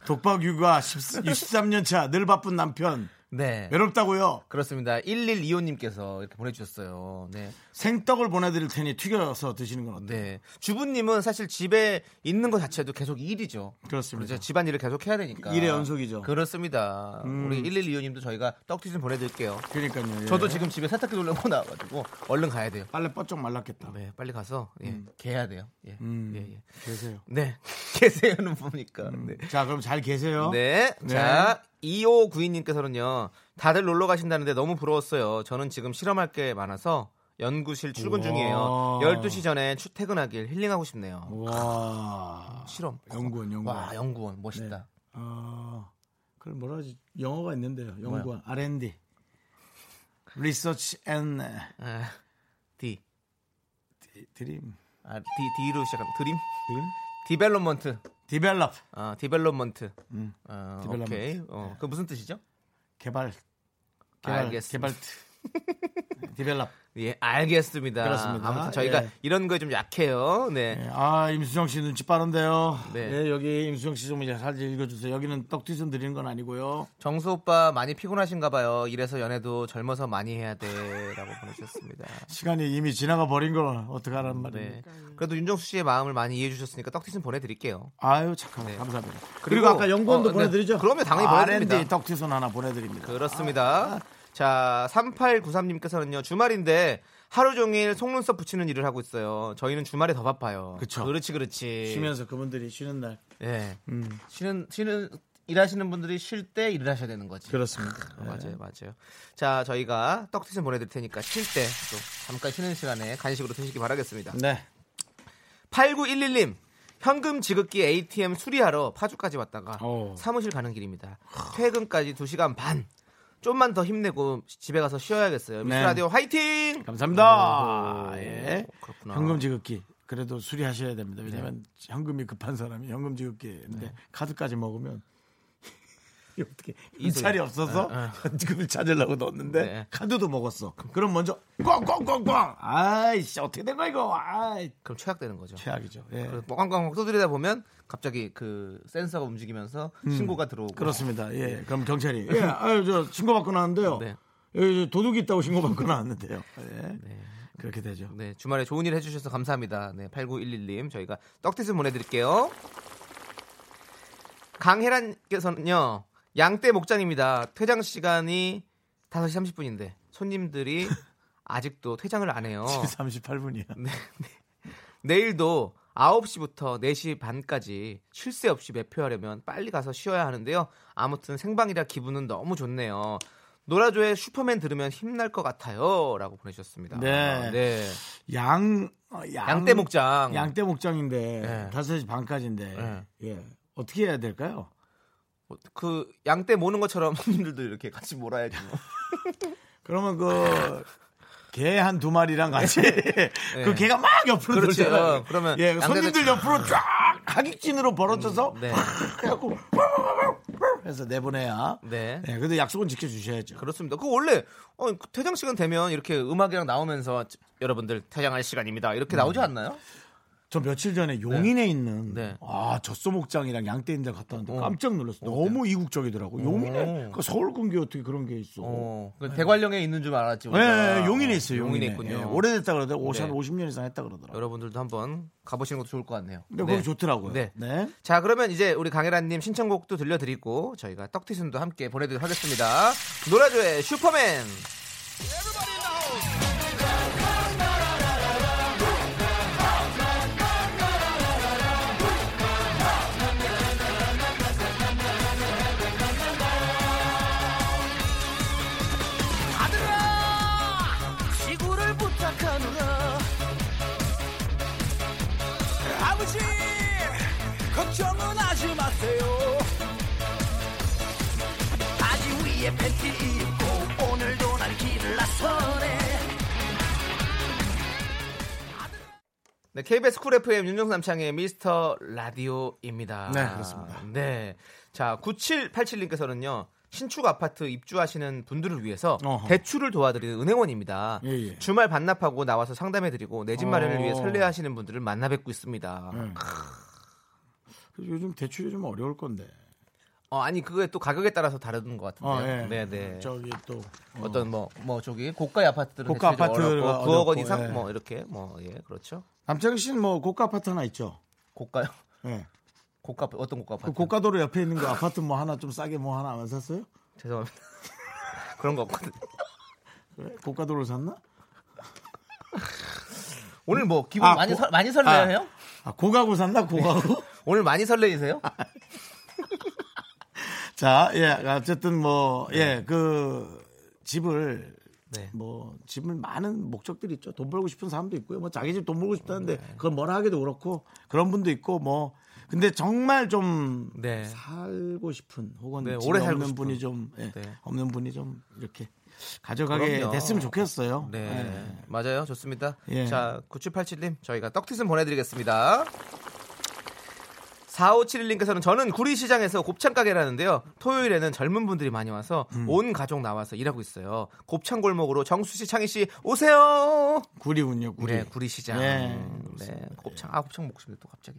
[SPEAKER 1] 독박 육아 23년차 늘 바쁜 남편
[SPEAKER 2] 네.
[SPEAKER 1] 외롭다고요.
[SPEAKER 2] 그렇습니다. 1125님께서 이렇게 보내주셨어요. 네.
[SPEAKER 1] 생떡을 보내드릴 테니 튀겨서 드시는 건 어때요?
[SPEAKER 2] 네. 주부님은 사실 집에 있는 것 자체도 계속 일이죠.
[SPEAKER 1] 그렇습니다.
[SPEAKER 2] 그렇죠. 집안일을 계속 해야 되니까.
[SPEAKER 1] 일의 연속이죠.
[SPEAKER 2] 그렇습니다.
[SPEAKER 1] 음.
[SPEAKER 2] 우리 1125님도 저희가 떡튀 좀 보내드릴게요.
[SPEAKER 1] 그러니까요. 예.
[SPEAKER 2] 저도 지금 집에 세탁기 돌려고 나와가지고 얼른 가야 돼요.
[SPEAKER 1] 빨래 뻗쩍 말랐겠다.
[SPEAKER 2] 네, 빨리 가서 예, 개야 돼요. 예.
[SPEAKER 1] 음.
[SPEAKER 2] 예, 예.
[SPEAKER 1] 계세요.
[SPEAKER 2] 네. 개세요는 뭡니까? 네.
[SPEAKER 1] 자 그럼 잘 계세요.
[SPEAKER 2] 네.
[SPEAKER 1] 네.
[SPEAKER 2] 자, 2592님께서는요. 다들 놀러 가신다는데 너무 부러웠어요. 저는 지금 실험할 게 많아서 연구실 출근
[SPEAKER 1] 우와.
[SPEAKER 2] 중이에요. 12시 전에 출퇴근하길 힐링하고 싶네요.
[SPEAKER 1] 와
[SPEAKER 2] 실험.
[SPEAKER 1] 연구원 연구원.
[SPEAKER 2] 와, 연구원 멋있다.
[SPEAKER 1] 어, 그걸 뭐라 하지? 영어가 있는데요. 연구원 R&D. 리서치 앤
[SPEAKER 2] 아, D.
[SPEAKER 1] 드림
[SPEAKER 2] 아, D D로 시작한 드림?
[SPEAKER 1] 드림
[SPEAKER 2] 디벨롭먼트.
[SPEAKER 1] 디벨롭
[SPEAKER 2] 아, 디벨롭먼트.
[SPEAKER 1] 음,
[SPEAKER 2] 어,
[SPEAKER 1] 디벨롭먼트. 네.
[SPEAKER 2] 오케이. 어, 그 무슨 뜻이죠?
[SPEAKER 1] 개발 네, 개발
[SPEAKER 2] 알겠습니다.
[SPEAKER 1] 개발트 디벨롭
[SPEAKER 2] 예, 알겠습니다.
[SPEAKER 1] 그렇습니다.
[SPEAKER 2] 아무튼 저희가
[SPEAKER 1] 예.
[SPEAKER 2] 이런 거에 좀 약해요. 네.
[SPEAKER 1] 아 임수정 씨 눈치 빠른데요.
[SPEAKER 2] 네.
[SPEAKER 1] 네, 여기 임수정 씨 좀 이제 살짝 읽어주세요. 여기는 떡튀순 드리는 건 아니고요.
[SPEAKER 2] 정수 오빠 많이 피곤하신가 봐요. 이래서 연애도 젊어서 많이 해야 돼라고 보내주셨습니다.
[SPEAKER 1] 시간이 이미 지나가 버린 걸 어떻게 하란 말이에요.
[SPEAKER 2] 네. 그래도 윤정수 씨의 마음을 많이 이해해 주셨으니까 떡튀순 보내드릴게요.
[SPEAKER 1] 아유 잠깐만
[SPEAKER 2] 네.
[SPEAKER 1] 감사합니다. 그리고,
[SPEAKER 2] 그리고
[SPEAKER 1] 아까 연구원도
[SPEAKER 2] 어, 네.
[SPEAKER 1] 보내드리죠. 아,
[SPEAKER 2] 그럼요, 당연히 보내드립니다.
[SPEAKER 1] R&D 떡튀순 하나 보내드립니다. 아.
[SPEAKER 2] 그렇습니다. 자, 3893님께서는요, 주말인데 하루 종일 속눈썹 붙이는 일을 하고 있어요. 저희는 주말에 더 바빠요.
[SPEAKER 1] 그쵸.
[SPEAKER 2] 그렇지, 그렇지.
[SPEAKER 1] 쉬면서 음. 그분들이 쉬는 날.
[SPEAKER 2] 예. 쉬는, 쉬는, 일하시는 분들이 쉴 때 일을 하셔야 되는 거지.
[SPEAKER 1] 그렇습니다. 네.
[SPEAKER 2] 아, 맞아요, 맞아요. 자, 저희가 떡튀순 보내드릴 테니까 쉴 때 또 잠깐 쉬는 시간에 간식으로 드시기 바라겠습니다.
[SPEAKER 1] 네.
[SPEAKER 2] 8911님. 현금 지급기 ATM 수리하러 파주까지 왔다가
[SPEAKER 1] 오.
[SPEAKER 2] 사무실 가는 길입니다. 퇴근까지 2시간 반. 좀만 더 힘내고 집에 가서 쉬어야겠어요. 미스
[SPEAKER 1] 네.
[SPEAKER 2] 라디오 화이팅!
[SPEAKER 1] 감사합니다.
[SPEAKER 2] 오호,
[SPEAKER 1] 예.
[SPEAKER 2] 그렇구나. 네.
[SPEAKER 1] 현금 지급기. 그래도 수리하셔야 됩니다. 왜냐면 현금이 급한 사람이 현금 지급기인데 카드까지 먹으면 이게 어떻게 인찰이 없어서 현금을 찾으려고 넣었는데
[SPEAKER 2] 네.
[SPEAKER 1] 카드도 먹었어. 그럼 먼저 꽝꽝꽝꽝. 아이씨 어떻게 된 거야 이거. 아이
[SPEAKER 2] 그럼 최악되는 거죠.
[SPEAKER 1] 최악이죠. 예.
[SPEAKER 2] 그 꽝꽝꽝 두드리다 보면 갑자기 그 센서가 움직이면서 신고가
[SPEAKER 1] 음.
[SPEAKER 2] 들어오고
[SPEAKER 1] 그렇습니다. 예. 그럼 경찰이 예. 아유 저 신고 받고 나왔는데요.
[SPEAKER 2] 네.
[SPEAKER 1] 여기 저 도둑이 있다고 신고 받고 나왔는데요. 예. 그렇게 되죠.
[SPEAKER 2] 네, 주말에 좋은 일 해주셔서 감사합니다. 네, 8911님 저희가 떡티스 보내드릴게요. 강혜란께서는요 양떼 목장입니다. 퇴장 시간이 5시 30분인데 손님들이 아직도 퇴장을 안 해요.
[SPEAKER 1] 38분이야.
[SPEAKER 2] 네, 네. 내일도 9시부터 4시 반까지 쉴 새 없이 매표하려면 빨리 가서 쉬어야 하는데요. 아무튼 생방이라 기분은 너무 좋네요. 노라조의 슈퍼맨 들으면 힘날 것 같아요. 라고 보내주셨습니다.
[SPEAKER 1] 네.
[SPEAKER 2] 아, 네.
[SPEAKER 1] 양, 어, 양
[SPEAKER 2] 양떼 목장.
[SPEAKER 1] 양떼 목장인데
[SPEAKER 2] 네.
[SPEAKER 1] 다 5시 반까지인데 예. 어떻게 해야 될까요?
[SPEAKER 2] 그 양떼 모는 것처럼 손님들도 이렇게 같이 몰아야지. 뭐.
[SPEAKER 1] 그러면 그 개 한 두 마리랑 같이 그 개가 막 옆으로
[SPEAKER 2] 예. 그렇죠.
[SPEAKER 1] 돌잖아요.
[SPEAKER 2] 그러면
[SPEAKER 1] 예,
[SPEAKER 2] 양떼들
[SPEAKER 1] 손님들 옆으로 쫙 하객진으로 벌어져서
[SPEAKER 2] 음, 네.
[SPEAKER 1] 해갖고 해서 내보내야.
[SPEAKER 2] 네.
[SPEAKER 1] 예, 근데 약속은 지켜주셔야죠.
[SPEAKER 2] 그렇습니다. 그 원래 어, 그 퇴장 시간 되면 이렇게 음악이랑 나오면서 여러분들 퇴장할 시간입니다.
[SPEAKER 1] 음.
[SPEAKER 2] 이렇게 나오지 않나요?
[SPEAKER 1] 저 며칠 전에 용인에 있는
[SPEAKER 2] 네.
[SPEAKER 1] 아 젖소목장이랑 양떼인데 갔다 왔는데
[SPEAKER 2] 어.
[SPEAKER 1] 깜짝 놀랐어. 너무 이국적이더라고. 용인에
[SPEAKER 2] 어.
[SPEAKER 1] 그 서울 근교 어떻게 그런 게 있어?
[SPEAKER 2] 어, 그 대관령에 있는 줄 알았지. 우리가.
[SPEAKER 1] 예, 예, 네. 용인에 있어요.
[SPEAKER 2] 용인에
[SPEAKER 1] 용인에,
[SPEAKER 2] 있군요.
[SPEAKER 1] 예, 오래됐다 그러더라고. 오,
[SPEAKER 2] 네.
[SPEAKER 1] 한 50년 이상 했다 그러더라고.
[SPEAKER 2] 여러분들도 한번 가보시는 것도 좋을 것 같네요.
[SPEAKER 1] 근데 거기 좋더라고요.
[SPEAKER 2] 네.
[SPEAKER 1] 네.
[SPEAKER 2] 자 그러면 이제 우리 강혜란님 신청곡도 들려드리고 저희가 떡티순도 함께 보내드리도록 하겠습니다. 노라조의 슈퍼맨.
[SPEAKER 6] 지구를 부탁하노라 아버지 걱정은 하지 마세요 바지 위에 팬티 입고 오늘도 난 길을 나서네
[SPEAKER 2] 네, KBS 쿨 FM 윤정수 남창의 미스터 라디오입니다.
[SPEAKER 1] 네, 그렇습니다.
[SPEAKER 2] 네. 자, 9787님께서는요. 신축 아파트 입주하시는 분들을 위해서
[SPEAKER 1] 어허.
[SPEAKER 2] 대출을 도와드리는 은행원입니다.
[SPEAKER 1] 예, 예.
[SPEAKER 2] 주말 반납하고 나와서 상담해드리고 내 집 마련을
[SPEAKER 1] 어.
[SPEAKER 2] 위해 설레하시는 분들을 만나 뵙고 있습니다.
[SPEAKER 1] 네. 그래서 요즘 대출이 좀 어려울 건데.
[SPEAKER 2] 어, 아니 그게 또 가격에 따라서 다른 것 같은데요.
[SPEAKER 1] 어, 예.
[SPEAKER 2] 네, 네.
[SPEAKER 1] 저기 또 어,
[SPEAKER 2] 어떤 뭐 뭐 저기 고가 아파트들은
[SPEAKER 1] 고가
[SPEAKER 2] 대출이
[SPEAKER 1] 아파트가
[SPEAKER 2] 어렵고 9억 원
[SPEAKER 1] 어렵고,
[SPEAKER 2] 이상
[SPEAKER 1] 예.
[SPEAKER 2] 뭐 이렇게 뭐 예 그렇죠.
[SPEAKER 1] 남창희 씨는 뭐 고가 아파트 하나 있죠?
[SPEAKER 2] 고가요?
[SPEAKER 1] 예.
[SPEAKER 2] 고가 아파- 어떤 고가
[SPEAKER 1] 그
[SPEAKER 2] 아파트?
[SPEAKER 1] 고가도로 옆에 있는 거 아파트 뭐 하나 좀 싸게 뭐 하나 안 샀어요?
[SPEAKER 2] 죄송합니다. 그런 거 없거든.
[SPEAKER 1] 그래? 예? 고가도로 샀나?
[SPEAKER 2] 오늘 뭐 기분
[SPEAKER 1] 아,
[SPEAKER 2] 많이
[SPEAKER 1] 고-
[SPEAKER 2] 설- 많이 설레요?
[SPEAKER 1] 아.
[SPEAKER 2] 형?
[SPEAKER 1] 아, 고가고 샀나? 고가고?
[SPEAKER 2] 오늘 많이 설레이세요?
[SPEAKER 1] 아, 자, 예. 어쨌든 뭐, 예. 그 집을
[SPEAKER 2] 네.
[SPEAKER 1] 뭐 집을 많은 목적들이 있죠. 돈 벌고 싶은 사람도 있고요. 뭐 자기 집 돈 벌고 싶다는데
[SPEAKER 2] 네.
[SPEAKER 1] 그걸 뭐라 하기도 그렇고 그런 분도 있고 뭐 근데 정말 좀
[SPEAKER 2] 네.
[SPEAKER 1] 살고 싶은 혹은
[SPEAKER 2] 네,
[SPEAKER 1] 집이
[SPEAKER 2] 오래 살고
[SPEAKER 1] 없는
[SPEAKER 2] 싶은.
[SPEAKER 1] 분이 좀 예,
[SPEAKER 2] 네.
[SPEAKER 1] 없는 분이 좀 이렇게 가져가게
[SPEAKER 2] 그럼요.
[SPEAKER 1] 됐으면 좋겠어요.
[SPEAKER 2] 네.
[SPEAKER 1] 예.
[SPEAKER 2] 맞아요. 좋습니다.
[SPEAKER 1] 예.
[SPEAKER 2] 자, 9787님 저희가 떡티슨 보내 드리겠습니다. 4571님께서는 저는 구리시장에서 곱창 가게를 하는데요. 토요일에는 젊은 분들이 많이 와서
[SPEAKER 1] 음.
[SPEAKER 2] 온 가족 나와서 일하고 있어요. 곱창 골목으로 정수 씨, 창희 씨 오세요.
[SPEAKER 1] 구리군요, 구리.
[SPEAKER 2] 네, 구리시장.
[SPEAKER 1] 예,
[SPEAKER 2] 네, 곱창. 아, 곱창 먹고 싶네 또 갑자기.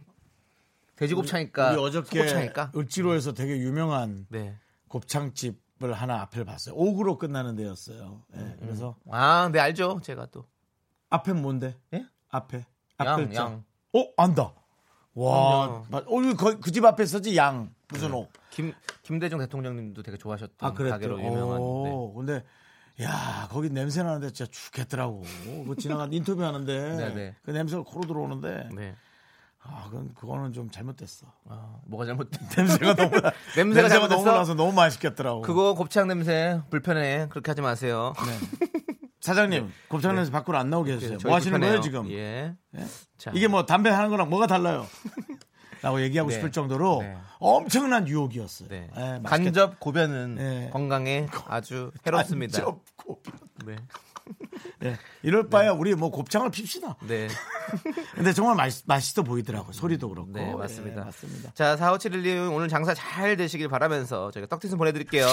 [SPEAKER 2] 돼지 곱창이니까.
[SPEAKER 1] 우리 어저께
[SPEAKER 2] 곱창이니까.
[SPEAKER 1] 을지로에서 되게 유명한
[SPEAKER 2] 네.
[SPEAKER 1] 곱창집을 하나 앞을 봤어요. 옥으로 끝나는 데였어요.
[SPEAKER 2] 음,
[SPEAKER 1] 예, 그래서
[SPEAKER 2] 아, 네 알죠. 제가 또.
[SPEAKER 1] 앞에 뭔데?
[SPEAKER 2] 예?
[SPEAKER 1] 앞에
[SPEAKER 2] 양,
[SPEAKER 1] 앞글자.
[SPEAKER 2] 양.
[SPEAKER 1] 어 안다. 와,
[SPEAKER 2] 그럼요.
[SPEAKER 1] 맞- 어, 그집 앞에 있었지 양 무슨 옥.
[SPEAKER 2] 김 김대중 대통령님도 되게 좋아하셨던
[SPEAKER 1] 네. 아 그랬죠.
[SPEAKER 2] 가게로 유명한. 네.
[SPEAKER 1] 오, 근데 야 거기 냄새 나는데 진짜 죽겠더라고. 그 지나간 인터뷰 하는데
[SPEAKER 2] 네, 네.
[SPEAKER 1] 그 냄새가 코로 들어오는데
[SPEAKER 2] 네.
[SPEAKER 1] 아 그건 그거는 좀 잘못됐어.
[SPEAKER 2] 아, 뭐가 잘못된
[SPEAKER 1] 냄새가 너무 나, 냄새가
[SPEAKER 2] 냄새가
[SPEAKER 1] 너무
[SPEAKER 2] 잘못됐어?
[SPEAKER 1] 나서 너무 맛있겠더라고.
[SPEAKER 2] 그거 곱창 냄새 불편해. 그렇게 하지 마세요.
[SPEAKER 1] 사장님 곱창 냄새 밖으로 안 나오게 해주세요.
[SPEAKER 2] 네, 저희
[SPEAKER 1] 뭐 하시는
[SPEAKER 2] 불편해요.
[SPEAKER 1] 거예요 지금?
[SPEAKER 2] 예. 자,
[SPEAKER 1] 이게 뭐 담배 하는 거랑 뭐가 달라요? 라고 얘기하고
[SPEAKER 2] 네.
[SPEAKER 1] 싶을 정도로
[SPEAKER 2] 네.
[SPEAKER 1] 엄청난 유혹이었어요.
[SPEAKER 2] 네.
[SPEAKER 1] 예, 맛있겠다.
[SPEAKER 2] 간접 고변은
[SPEAKER 1] 예.
[SPEAKER 2] 건강에 아주 해롭습니다.
[SPEAKER 1] 간접 곱-
[SPEAKER 2] 네.
[SPEAKER 1] 네. 이럴 바야 우리 뭐 곱창을 핍시다.
[SPEAKER 2] 네.
[SPEAKER 1] 근데 정말 맛있, 맛있어 보이더라고요. 소리도 그렇고.
[SPEAKER 2] 네, 맞습니다.
[SPEAKER 1] 예, 맞습니다.
[SPEAKER 2] 자, 45711님 오늘 장사 잘 되시길 바라면서 저희가 떡티순 보내드릴게요.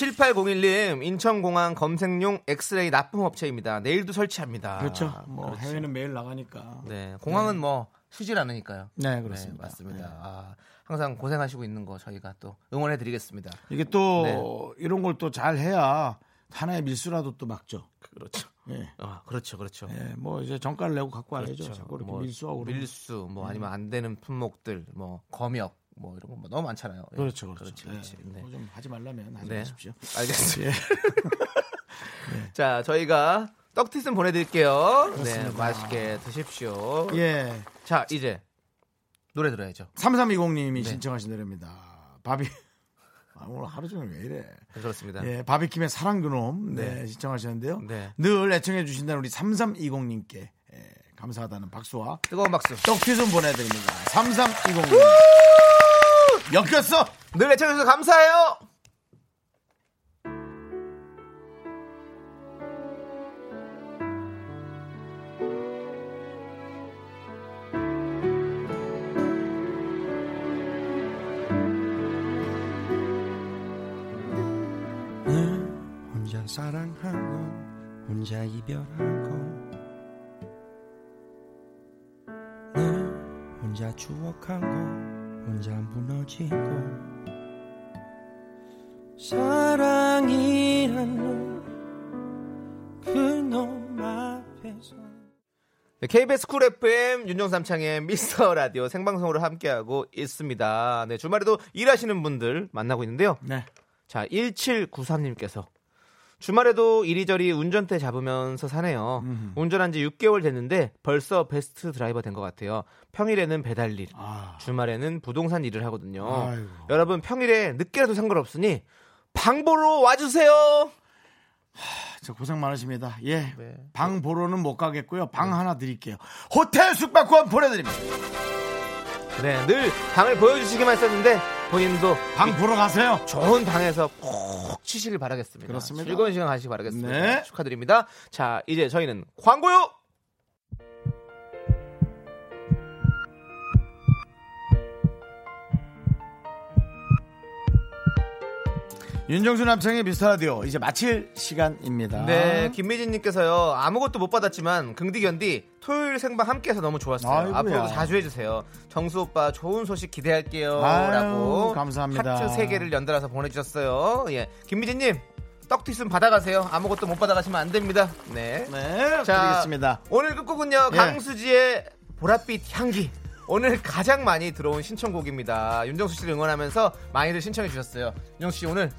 [SPEAKER 2] 7801님, 인천공항 검색용 엑스레이 납품업체입니다. 내일도 설치합니다.
[SPEAKER 1] 그렇죠. 뭐 해외는 매일 나가니까. 네,
[SPEAKER 2] 네, 공항은 뭐 쉬질 않으니까요.
[SPEAKER 1] 그렇습니다.
[SPEAKER 2] 네, 맞습니다. 아, 항상 고생하시고 있는 거 저희가 또 응원해드리겠습니다.
[SPEAKER 1] 이게 또
[SPEAKER 2] 네.
[SPEAKER 1] 이런 걸 또 잘 해야 하나의 밀수라도 또 막죠.
[SPEAKER 2] 그렇죠.
[SPEAKER 1] 예.
[SPEAKER 2] 아, 그렇죠, 그렇죠.
[SPEAKER 1] 예, 뭐 이제 정가를 내고 갖고 와야죠.
[SPEAKER 2] 그렇죠.
[SPEAKER 1] 자꾸 이렇게
[SPEAKER 2] 뭐
[SPEAKER 1] 밀수하고 그러면. 음.
[SPEAKER 2] 밀수, 뭐 아니면 안 되는 품목들, 뭐 검역, 뭐 이런 거뭐 너무 많잖아요. 예.
[SPEAKER 1] 그렇죠, 그렇죠.
[SPEAKER 2] 그렇지,
[SPEAKER 1] 예,
[SPEAKER 2] 그렇지. 네.
[SPEAKER 1] 뭐좀 하지 말라면 하지
[SPEAKER 2] 네.
[SPEAKER 1] 마십시오.
[SPEAKER 2] 알겠습니다.
[SPEAKER 1] 예.
[SPEAKER 2] 자, 저희가 떡티슨 보내드릴게요. 네, 맛있게 드십시오.
[SPEAKER 1] 예.
[SPEAKER 2] 자, 이제 노래 들어야죠.
[SPEAKER 1] 3320님이
[SPEAKER 2] 네.
[SPEAKER 1] 신청하신 노래입니다. 바비 아, 오늘 하루 종일 왜 이래?
[SPEAKER 2] 네, 그렇습니다.
[SPEAKER 1] 예, 바비킴의 사랑 그놈 네,
[SPEAKER 2] 네.
[SPEAKER 1] 신청하셨는데요.
[SPEAKER 2] 네.
[SPEAKER 1] 늘 애청해 주신다는 우리 3320님께 예, 감사하다는 박수와
[SPEAKER 2] 뜨거운 박수.
[SPEAKER 1] 떡튀 좀 보내드립니다. 3320님. 엮였어!
[SPEAKER 2] 늘 애청해주셔서 감사해요.
[SPEAKER 6] 혼자 사랑하고 혼자 이별하고 늘 혼자 추억하고 혼자 무너지고 사랑이란 놈그놈 앞에서
[SPEAKER 2] 네, KBS 쿨 FM 윤정삼창의 미스터 라디오 생방송으로 함께하고 있습니다. 네, 주말에도 일하시는 분들 만나고 있는데요.
[SPEAKER 1] 네.
[SPEAKER 2] 자, 1793님께서 주말에도 이리저리 운전대 잡으면서 사네요. 운전한 지 6개월 됐는데 벌써 베스트 드라이버 된 것 같아요. 평일에는 배달 일,
[SPEAKER 1] 아.
[SPEAKER 2] 주말에는 부동산 일을 하거든요.
[SPEAKER 1] 아이고.
[SPEAKER 2] 여러분 평일에 늦게라도 상관없으니 방보러 와주세요.
[SPEAKER 1] 아, 저 고생 많으십니다. 예.
[SPEAKER 2] 네.
[SPEAKER 1] 방 보러는 못 가겠고요. 방 하나 드릴게요. 호텔 숙박권 보내드립니다.
[SPEAKER 2] 네, 늘 방을 보여주시기만 했었는데 본인도
[SPEAKER 1] 방 보러 가세요.
[SPEAKER 2] 좋은 방에서 푹 치시길 바라겠습니다.
[SPEAKER 1] 그렇습니다.
[SPEAKER 2] 즐거운 시간 가시기 바라겠습니다.
[SPEAKER 1] 네.
[SPEAKER 2] 축하드립니다. 자, 이제 저희는 광고요.
[SPEAKER 1] 윤정수 남창의 미스터 라디오 이제 마칠 시간입니다.
[SPEAKER 2] 네, 김미진님께서요 아무것도 못 받았지만 긍디견디 토요일 생방 함께해서 너무 좋았어요.
[SPEAKER 1] 아이고야.
[SPEAKER 2] 앞으로도 자주 해주세요. 정수 오빠 좋은 소식
[SPEAKER 1] 아유,
[SPEAKER 2] 기대할게요.라고
[SPEAKER 1] 감사합니다.
[SPEAKER 2] 하트 세 개를 연달아서 보내주셨어요. 예, 김미진님 떡튀순 받아가세요. 아무것도 못 받아가시면 안 됩니다. 네,
[SPEAKER 1] 네.
[SPEAKER 2] 자,
[SPEAKER 1] 드리겠습니다.
[SPEAKER 2] 오늘 끝곡은요
[SPEAKER 1] 예.
[SPEAKER 2] 강수지의 보랏빛 향기. 오늘 가장 많이 들어온 신청곡입니다. 윤정수 씨를 응원하면서 많이들 신청해 주셨어요. 윤정수 씨 오늘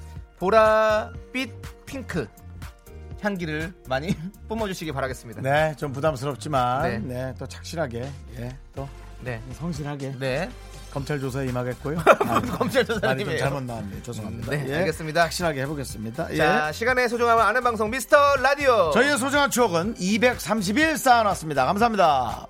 [SPEAKER 2] 보랏빛 핑크 향기를 많이 뿜어주시기 바라겠습니다. 네,
[SPEAKER 1] 네, 좀 부담스럽지만
[SPEAKER 2] 네.
[SPEAKER 1] 네, 또 착실하게 예, 또
[SPEAKER 2] 네,
[SPEAKER 1] 성실하게
[SPEAKER 2] 네.
[SPEAKER 1] 검찰 조사에 임하겠고요.
[SPEAKER 2] 검찰
[SPEAKER 1] 말이 좀
[SPEAKER 2] 조사님이에요.
[SPEAKER 1] 잘못 나왔네요. 죄송합니다.
[SPEAKER 2] 네,
[SPEAKER 1] 예,
[SPEAKER 2] 알겠습니다.
[SPEAKER 1] 확실하게 해보겠습니다.
[SPEAKER 2] 자,
[SPEAKER 1] 예.
[SPEAKER 2] 시간의 소중함을 아는 방송 미스터 라디오.
[SPEAKER 1] 저희의 소중한 추억은 231 쌓아놨습니다. 감사합니다.